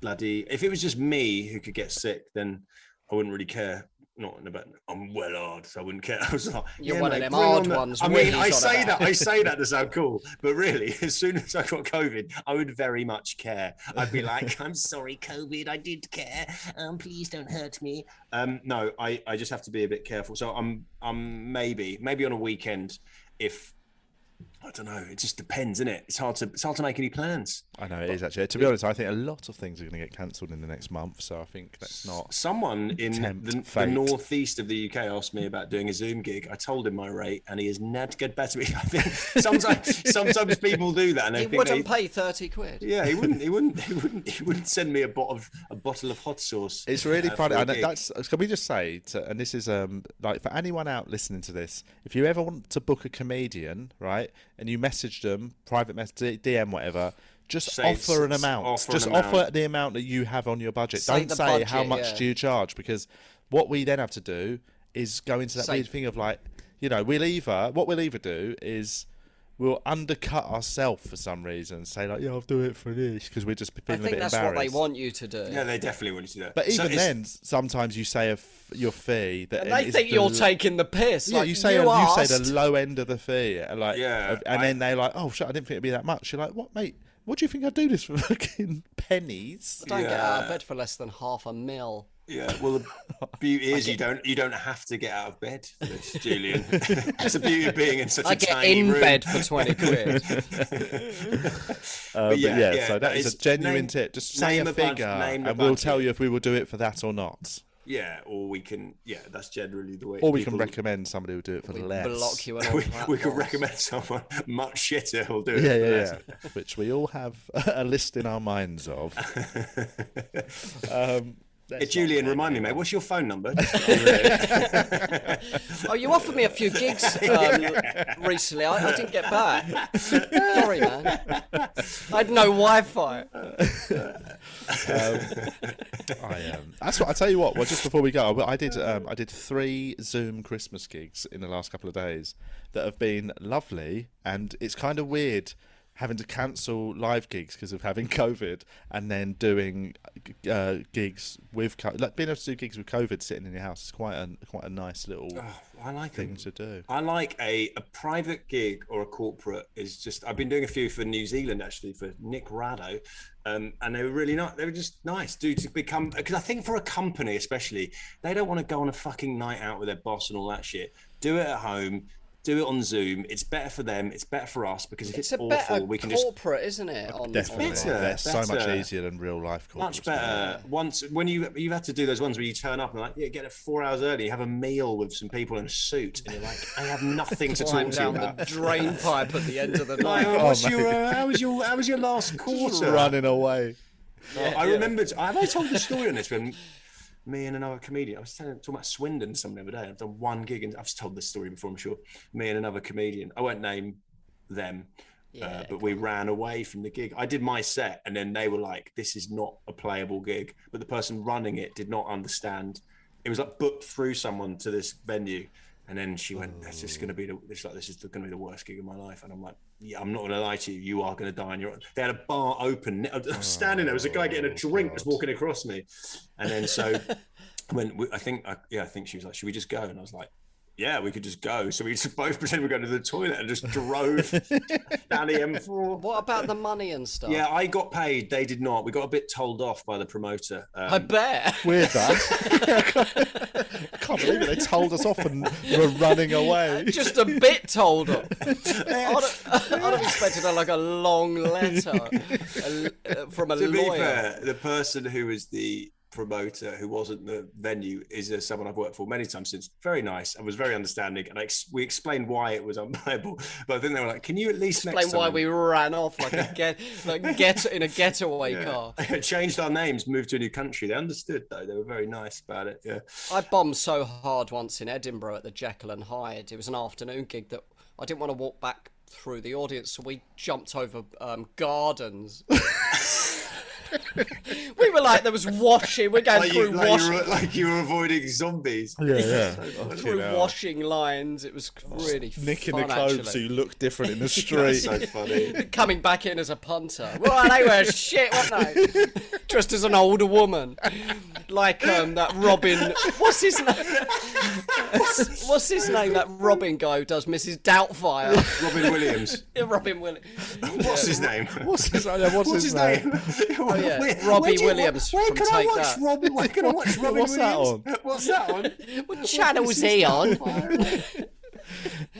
Speaker 7: bloody. If it was just me who could get sick, then I wouldn't really care. Not in about I'm well hard, so I wouldn't care. I was like,
Speaker 5: You're
Speaker 7: yeah,
Speaker 5: one of
Speaker 7: mate,
Speaker 5: them
Speaker 7: bring
Speaker 5: hard
Speaker 7: on the-
Speaker 5: ones,
Speaker 7: I
Speaker 5: what
Speaker 7: mean,
Speaker 5: he's
Speaker 7: I
Speaker 5: on
Speaker 7: say
Speaker 5: about.
Speaker 7: that I say that to sound cool, but really, as soon as I got COVID, I would very much care. I'd be like, I'm sorry, COVID, I did care. Um, please don't hurt me. Um, no, I, I just have to be a bit careful. So I'm I'm maybe maybe on a weekend, if I don't know, it just depends, innit? It's hard to it's hard to make any plans.
Speaker 4: I know it is actually. To be honest, I think a lot of things are going to get cancelled in the next month. So I think that's not.
Speaker 7: Someone in
Speaker 4: Tempt
Speaker 7: the, the
Speaker 4: fate.
Speaker 7: northeast of the UK asked me about doing a Zoom gig. I told him my rate, and he is not good better. I think sometimes sometimes people do that, and they
Speaker 5: He
Speaker 7: think
Speaker 5: wouldn't
Speaker 7: they-
Speaker 5: pay thirty quid.
Speaker 7: Yeah, he wouldn't. He wouldn't. He wouldn't. He wouldn't send me a bottle of a bottle of hot sauce.
Speaker 4: It's really
Speaker 7: uh,
Speaker 4: funny.
Speaker 7: for a
Speaker 4: And
Speaker 7: gig.
Speaker 4: that's can we just say, to, and this is um like for anyone out listening to this, if you ever want to book a comedian, right, and you message them private mess D- DM whatever, just
Speaker 7: Say it's-
Speaker 4: offer an
Speaker 7: it's
Speaker 4: amount.
Speaker 7: offer an
Speaker 4: just
Speaker 7: amount.
Speaker 4: offer the amount that you have on your budget.
Speaker 5: Say
Speaker 4: Don't
Speaker 5: the
Speaker 4: say how
Speaker 5: budget,
Speaker 4: much
Speaker 5: yeah.
Speaker 4: do you charge because what we then have to do is go into that
Speaker 5: Say-
Speaker 4: weird thing of like, you know, we'll either what we'll either do is. We'll undercut ourselves for some reason. Say like, "Yeah, I'll do it for this," because we're just
Speaker 5: I
Speaker 4: feeling a
Speaker 5: think
Speaker 4: bit
Speaker 5: that's what
Speaker 4: embarrassed.
Speaker 5: they want you to do.
Speaker 7: Yeah, they definitely wouldn't do that.
Speaker 4: But
Speaker 7: So
Speaker 4: even
Speaker 7: it's-
Speaker 4: then, sometimes you say a f- your fee that
Speaker 5: And they
Speaker 4: is
Speaker 5: think
Speaker 4: the
Speaker 5: you're
Speaker 4: l-
Speaker 5: taking the piss.
Speaker 4: Yeah,
Speaker 5: like,
Speaker 4: you say
Speaker 5: you,
Speaker 4: a- you say
Speaker 5: asked.
Speaker 4: the low end of the fee, and like
Speaker 7: Yeah,
Speaker 4: and
Speaker 7: I-
Speaker 4: then they're like, oh shit, I didn't think it'd be that much. You're like, what, mate? What do you think I do this for fucking pennies?
Speaker 5: Don't get out of
Speaker 7: Yeah.
Speaker 5: bed for less than half a mil.
Speaker 7: yeah, well, the beauty is you don't you don't have to get out of bed, for this, Julian. That's the beauty of being in such a
Speaker 5: I get
Speaker 7: tiny
Speaker 5: in
Speaker 7: room.
Speaker 5: bed for twenty quid.
Speaker 4: Uh, but yeah,
Speaker 7: yeah, yeah,
Speaker 4: so that
Speaker 7: that
Speaker 4: is a
Speaker 7: is-
Speaker 4: genuine
Speaker 7: name-
Speaker 4: tip. Just
Speaker 7: name
Speaker 4: say a
Speaker 7: the bud-
Speaker 4: figure,
Speaker 7: name the
Speaker 4: and we'll
Speaker 7: budget.
Speaker 4: tell you if we will do it for that or not.
Speaker 7: Yeah, or we can. Yeah, that's generally the way.
Speaker 4: Or we
Speaker 7: people-
Speaker 4: can recommend somebody who do it for
Speaker 5: We
Speaker 4: less.
Speaker 5: block you. on all
Speaker 7: We, we can
Speaker 5: platforms.
Speaker 7: recommend someone much shitter who'll do it.
Speaker 4: Yeah,
Speaker 7: for
Speaker 4: yeah,
Speaker 7: less.
Speaker 4: yeah. Which we all have a list in our minds of. um,
Speaker 7: Hey,
Speaker 4: let's not
Speaker 7: Julian,
Speaker 4: name
Speaker 7: remind me,
Speaker 4: anyone.
Speaker 7: mate. What's your phone number? uh,
Speaker 5: Oh, you offered me a few gigs um, recently. I, I didn't get back. Sorry, man. I had no
Speaker 4: I
Speaker 5: Wi-Fi.
Speaker 4: um, that's what I tell you what. Well, just before we go, I I did um, I did three Zoom Christmas gigs in the last couple of days that have been lovely, and it's kind of weird having to cancel live gigs because of having COVID, and then doing uh, gigs with co- like being able to do gigs with COVID sitting in your house is quite a quite a nice little
Speaker 7: Oh, I like
Speaker 4: thing
Speaker 7: him.
Speaker 4: to do.
Speaker 7: I like a, a private gig or a corporate is just I've been doing a few for New Zealand actually for Nick Rado, um, and they were really nice. They were just nice due to become because I think for a company especially they don't want to go on a fucking night out with their boss and all that shit. Do it at home. Do it on Zoom. It's better for them. It's better for us because if it's,
Speaker 5: It's a better
Speaker 7: awful, we can just
Speaker 5: corporate, isn't it? On,
Speaker 4: Definitely,
Speaker 5: on-
Speaker 7: better,
Speaker 4: they're so much
Speaker 7: uh, better.
Speaker 4: easier than real life.
Speaker 7: much
Speaker 4: corporates,
Speaker 7: better once when you you've had to do those ones where you turn up and like yeah get it four hours early have a meal with some people in a suit and you're like I have nothing to
Speaker 5: Climb
Speaker 7: talk to you
Speaker 5: down
Speaker 7: about
Speaker 5: the drain Oh, pipe at the end of the
Speaker 7: Like,
Speaker 5: night.
Speaker 7: uh, what's
Speaker 4: mate.
Speaker 7: your, uh, how was your how was your last
Speaker 4: Just
Speaker 7: quarter?
Speaker 4: running away.
Speaker 7: I remembered. Have I told the story on this when me and another comedian? I was telling, talking about Swindon some the other day. I've done one gig, and I've told this story before. I'm sure. Me and another comedian. I won't name them, uh, but we ran away from the gig. I did my set, and then they were like, "This is not a playable gig." But the person running it did not understand. It was like booked through someone to this venue. And then she went, "This is going to be the this like this is going to be the worst gig of my life." And I'm like, "Yeah, I'm not going to lie to you. You are going to die on your own." They had a bar open. I was standing there. There was a guy getting a drink, was walking across me, and then so when we, I think I, yeah, I think she was like, "Should we just go?" And I was like. Yeah, we could just go. So we just both pretend we're going to the toilet and just drove down the M4.
Speaker 5: What about the money and stuff?
Speaker 7: Yeah, I got paid. They did not. We got a bit told off by the promoter. Um,
Speaker 5: I bet.
Speaker 4: Weird that. I can't believe it. They told us off and were running away.
Speaker 5: Just a bit told off. I'd have, I'd have expected a, like a long letter a- uh, from a
Speaker 7: to be
Speaker 5: lawyer.
Speaker 7: fair, the person who was the promoter who wasn't the venue is uh, someone I've worked for many times since. Very nice. I was very understanding, and I ex- we explained why it was unplayable. But then they were like, "Can you at least
Speaker 5: Explain
Speaker 7: next
Speaker 5: why
Speaker 7: time-
Speaker 5: we ran off like a get, like get in a getaway car.
Speaker 7: Yeah. changed our names, moved to a new country?" They understood though. They were very nice about it. Yeah.
Speaker 5: I bombed so hard once in Edinburgh at the Jekyll and Hyde. It was an afternoon gig that I didn't want to walk back through the audience, so we jumped over um, gardens. we were like, there was washing. We're going
Speaker 7: Like you,
Speaker 5: through
Speaker 7: like, you
Speaker 5: washing.
Speaker 7: were, like you were avoiding zombies.
Speaker 4: Yeah, yeah.
Speaker 5: Through washing lines, it was really
Speaker 4: Nicking
Speaker 5: fun,
Speaker 4: the clothes so
Speaker 5: actually.
Speaker 4: you look different in the street.
Speaker 7: So funny.
Speaker 5: Coming back in as a punter. Well, they were shit, weren't they? Dressed as an older woman, like um, that Robin. What's his name? What's, what's his name? That Robin guy who does Mrs. Doubtfire.
Speaker 7: Robin Williams.
Speaker 5: Yeah, Robin Williams.
Speaker 7: What's his name?
Speaker 4: What's his, yeah, what's
Speaker 7: What's
Speaker 4: his
Speaker 7: his
Speaker 4: name?
Speaker 7: name?
Speaker 5: yeah,
Speaker 7: Where- where
Speaker 5: Robbie
Speaker 7: do you-
Speaker 5: Williams
Speaker 7: Where
Speaker 5: from
Speaker 7: can I
Speaker 5: Take
Speaker 7: watch
Speaker 5: That.
Speaker 7: Robin? Where can I watch Robin
Speaker 4: What's that
Speaker 7: Williams? What's that on?
Speaker 5: What channel was he on?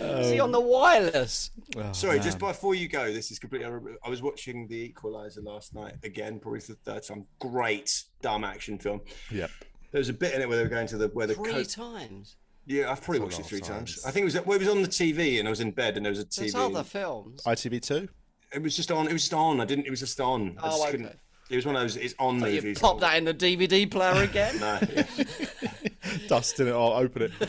Speaker 5: was he on the wireless?
Speaker 7: Sorry, just before you go, this is completely. unrelated. I was watching The Equalizer last night again, probably for the third time. Great, dumb action film.
Speaker 4: Yep.
Speaker 7: There was a bit in it where they were going to the where the
Speaker 5: Three
Speaker 7: coke.
Speaker 5: times.
Speaker 7: Yeah, I've probably
Speaker 4: a
Speaker 7: watched
Speaker 4: lot
Speaker 7: it
Speaker 4: of
Speaker 7: three
Speaker 4: times.
Speaker 7: times. I think it was well, it was on the TV, and I was in bed, and there was a TV.
Speaker 5: There's other films.
Speaker 4: ITV2?
Speaker 7: It was just on. It was just on. I didn't. It was just on. I
Speaker 5: Oh,
Speaker 7: just
Speaker 5: okay.
Speaker 7: couldn't- It was one of those. It's on
Speaker 5: You
Speaker 7: movies.
Speaker 5: pop that in the DVD player again.
Speaker 7: No, yeah.
Speaker 4: Dusting it all, open it. Uh,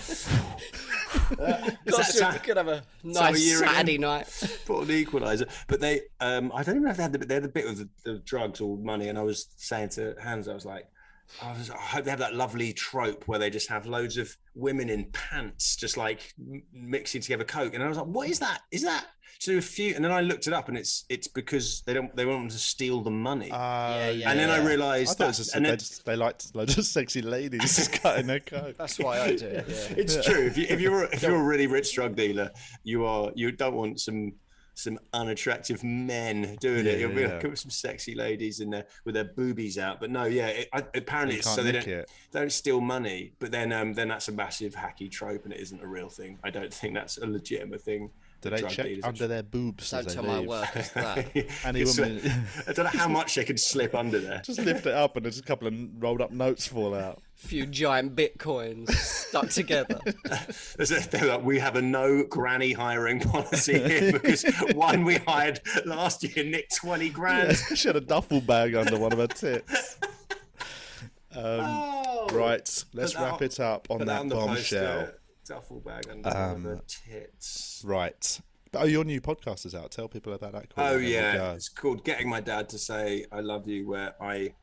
Speaker 5: Gossip
Speaker 7: Sa-
Speaker 5: could have a
Speaker 7: time of
Speaker 5: nice
Speaker 7: year again?
Speaker 5: Saturday night.
Speaker 7: put on the equalizer. But they, um, I don't even know if they had the, they had the bit with the, the drugs or money. And I was saying to Hans, I was like, I, was, I hope they have that lovely trope where they just have loads of women in pants, just like m- mixing together coke. And I was like, what is that? Is that? So a few, and then I looked it up, and it's it's because they don't they want to steal the money.
Speaker 4: Uh,
Speaker 5: yeah,
Speaker 7: and then I
Speaker 4: I
Speaker 7: realised
Speaker 4: thought it was
Speaker 7: that,
Speaker 4: just,
Speaker 7: and
Speaker 4: they,
Speaker 7: then,
Speaker 4: just, they liked loads of sexy ladies just cutting their coat.
Speaker 5: That's why I do it. Yeah.
Speaker 7: It's true. If, you, if you're if you're a really rich drug dealer, you are you don't want some some unattractive men doing
Speaker 4: Yeah,
Speaker 7: it. You'll be
Speaker 4: yeah,
Speaker 7: like
Speaker 4: yeah.
Speaker 7: with some sexy ladies in there with their boobies out. But no, yeah. It, I, apparently,
Speaker 4: You
Speaker 7: it's
Speaker 4: can't
Speaker 7: so they
Speaker 4: nick
Speaker 7: don't
Speaker 4: it.
Speaker 7: they don't steal money. But then um then that's a massive hacky trope, and it isn't a real thing. I don't think that's a legitimate thing.
Speaker 4: Do
Speaker 7: for
Speaker 4: they
Speaker 7: drug
Speaker 4: check
Speaker 7: dealers.
Speaker 4: under their boobs
Speaker 5: Don't
Speaker 4: as they
Speaker 5: tell
Speaker 4: leave?
Speaker 5: my workers that.
Speaker 4: Any
Speaker 7: It's-
Speaker 4: woman-
Speaker 7: I don't know how much they can slip under there.
Speaker 4: Just lift it up and there's a couple of rolled up notes fall out.
Speaker 5: few giant bitcoins stuck together.
Speaker 7: There's a- they're like, we have a no granny hiring policy here because one we hired last year nicked 20 grand.
Speaker 4: she had a duffel bag under one of her tits. Um, right, let's
Speaker 7: that
Speaker 4: wrap
Speaker 7: on-
Speaker 4: it up on
Speaker 7: Put
Speaker 4: that
Speaker 7: on Oh, the
Speaker 4: bombshell.
Speaker 7: poster. Duffel bag under um, the tits.
Speaker 4: Right. Oh, your new podcast is out. Tell people about that. Corey, and
Speaker 7: Oh
Speaker 4: then we'll
Speaker 7: yeah,
Speaker 4: go.
Speaker 7: it's called "Getting My Dad to Say I Love You," where I,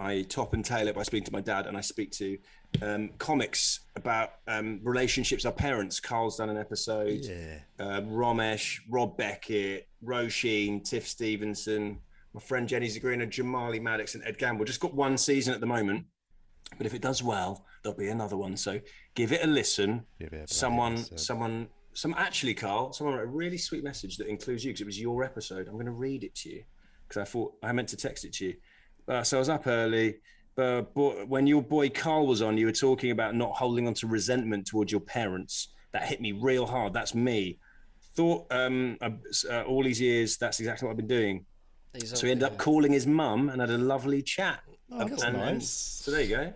Speaker 7: I top and tail it by speaking to my dad, and I speak to um, comics about um, relationships. Our parents. Carl's done an episode.
Speaker 4: Yeah.
Speaker 7: Uh, Romesh, Rob Beckett, Roisin, Tiff Stevenson, my friend Jenny Zagrina, Jamali Maddox, and Ed Gamble. Just got one season at the moment, but if it does well, there'll be another one. So give it a listen.
Speaker 4: Give it a bloody
Speaker 7: someone,
Speaker 4: listen.
Speaker 7: someone, some actually, Carl, someone wrote a really sweet message that includes you because it was your episode. I'm going to read it to you because I thought I meant to text it to you. Uh, so I was up early. But, but when your boy Carl was on, you were talking about not holding on to resentment towards your parents. That hit me real hard. That's me. Thought um, uh, all these years, that's exactly what I've been doing.
Speaker 5: These
Speaker 7: So
Speaker 5: are-
Speaker 7: he ended up calling his mum and had a lovely chat.
Speaker 4: Oh, that's
Speaker 7: and-
Speaker 4: nice.
Speaker 7: So there you go,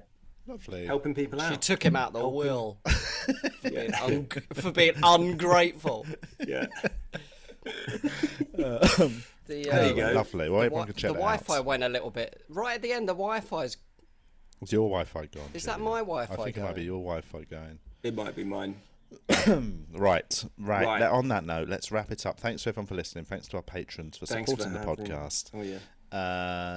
Speaker 4: Lovely.
Speaker 7: helping people
Speaker 5: She
Speaker 7: out.
Speaker 5: took him out the will for, being un- for being ungrateful.
Speaker 7: yeah.
Speaker 5: The,
Speaker 7: There you
Speaker 5: um,
Speaker 7: go.
Speaker 4: Oh, Lovely. Well,
Speaker 5: wi-
Speaker 4: everyone can
Speaker 5: the
Speaker 4: check that
Speaker 5: Wi-Fi
Speaker 4: out.
Speaker 5: went a little bit right at the end. The Wi-Fi's
Speaker 4: Is your Wi-Fi gone?
Speaker 5: Is that
Speaker 4: Julia?
Speaker 5: my
Speaker 4: I
Speaker 5: Wi-Fi
Speaker 4: think it might be
Speaker 5: going?
Speaker 4: your Wi-Fi going.
Speaker 7: It might be mine.
Speaker 4: Right, right.
Speaker 7: Right.
Speaker 4: Let- on that note, let's wrap it up. Thanks to everyone for listening. Thanks to our patrons for
Speaker 7: Thanks for
Speaker 4: supporting the
Speaker 7: having me.
Speaker 4: podcast.
Speaker 7: Oh yeah.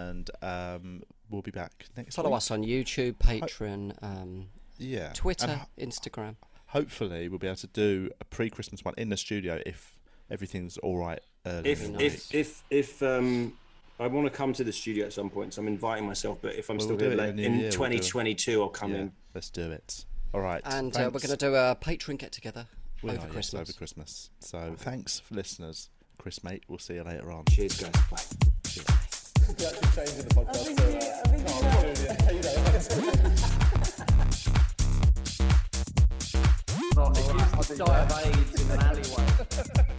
Speaker 4: And um, we'll be back next
Speaker 5: follow
Speaker 4: week.
Speaker 5: us on YouTube, Patreon, um,
Speaker 4: Yeah. And
Speaker 5: Twitter,
Speaker 4: ho-
Speaker 5: Instagram.
Speaker 4: hopefully, we'll be able to do a pre-Christmas one in the studio if everything's all right. Early
Speaker 7: If
Speaker 4: in the
Speaker 7: if if if um, I want to come to the studio at some point, so I'm inviting myself. But if I'm
Speaker 4: Well,
Speaker 7: still
Speaker 4: we'll do
Speaker 7: here
Speaker 4: it in
Speaker 7: late
Speaker 4: the new
Speaker 7: in
Speaker 4: year, we'll do it.
Speaker 7: 2022, I'll come
Speaker 4: Yeah,
Speaker 7: in.
Speaker 4: let's do it. All right.
Speaker 5: And uh, we're
Speaker 4: thanks.
Speaker 5: going to do a Patreon get together
Speaker 4: We
Speaker 5: over
Speaker 4: are, yes,
Speaker 5: Christmas.
Speaker 4: over Christmas. So thanks for listeners. Chris, mate, we'll see you later on.
Speaker 7: Cheers, guys. Bye.
Speaker 1: We actually changing the podcast. so, uh, no, I'm doing it. Hey, you know,
Speaker 3: Robin, you die of AIDS in an alleyway.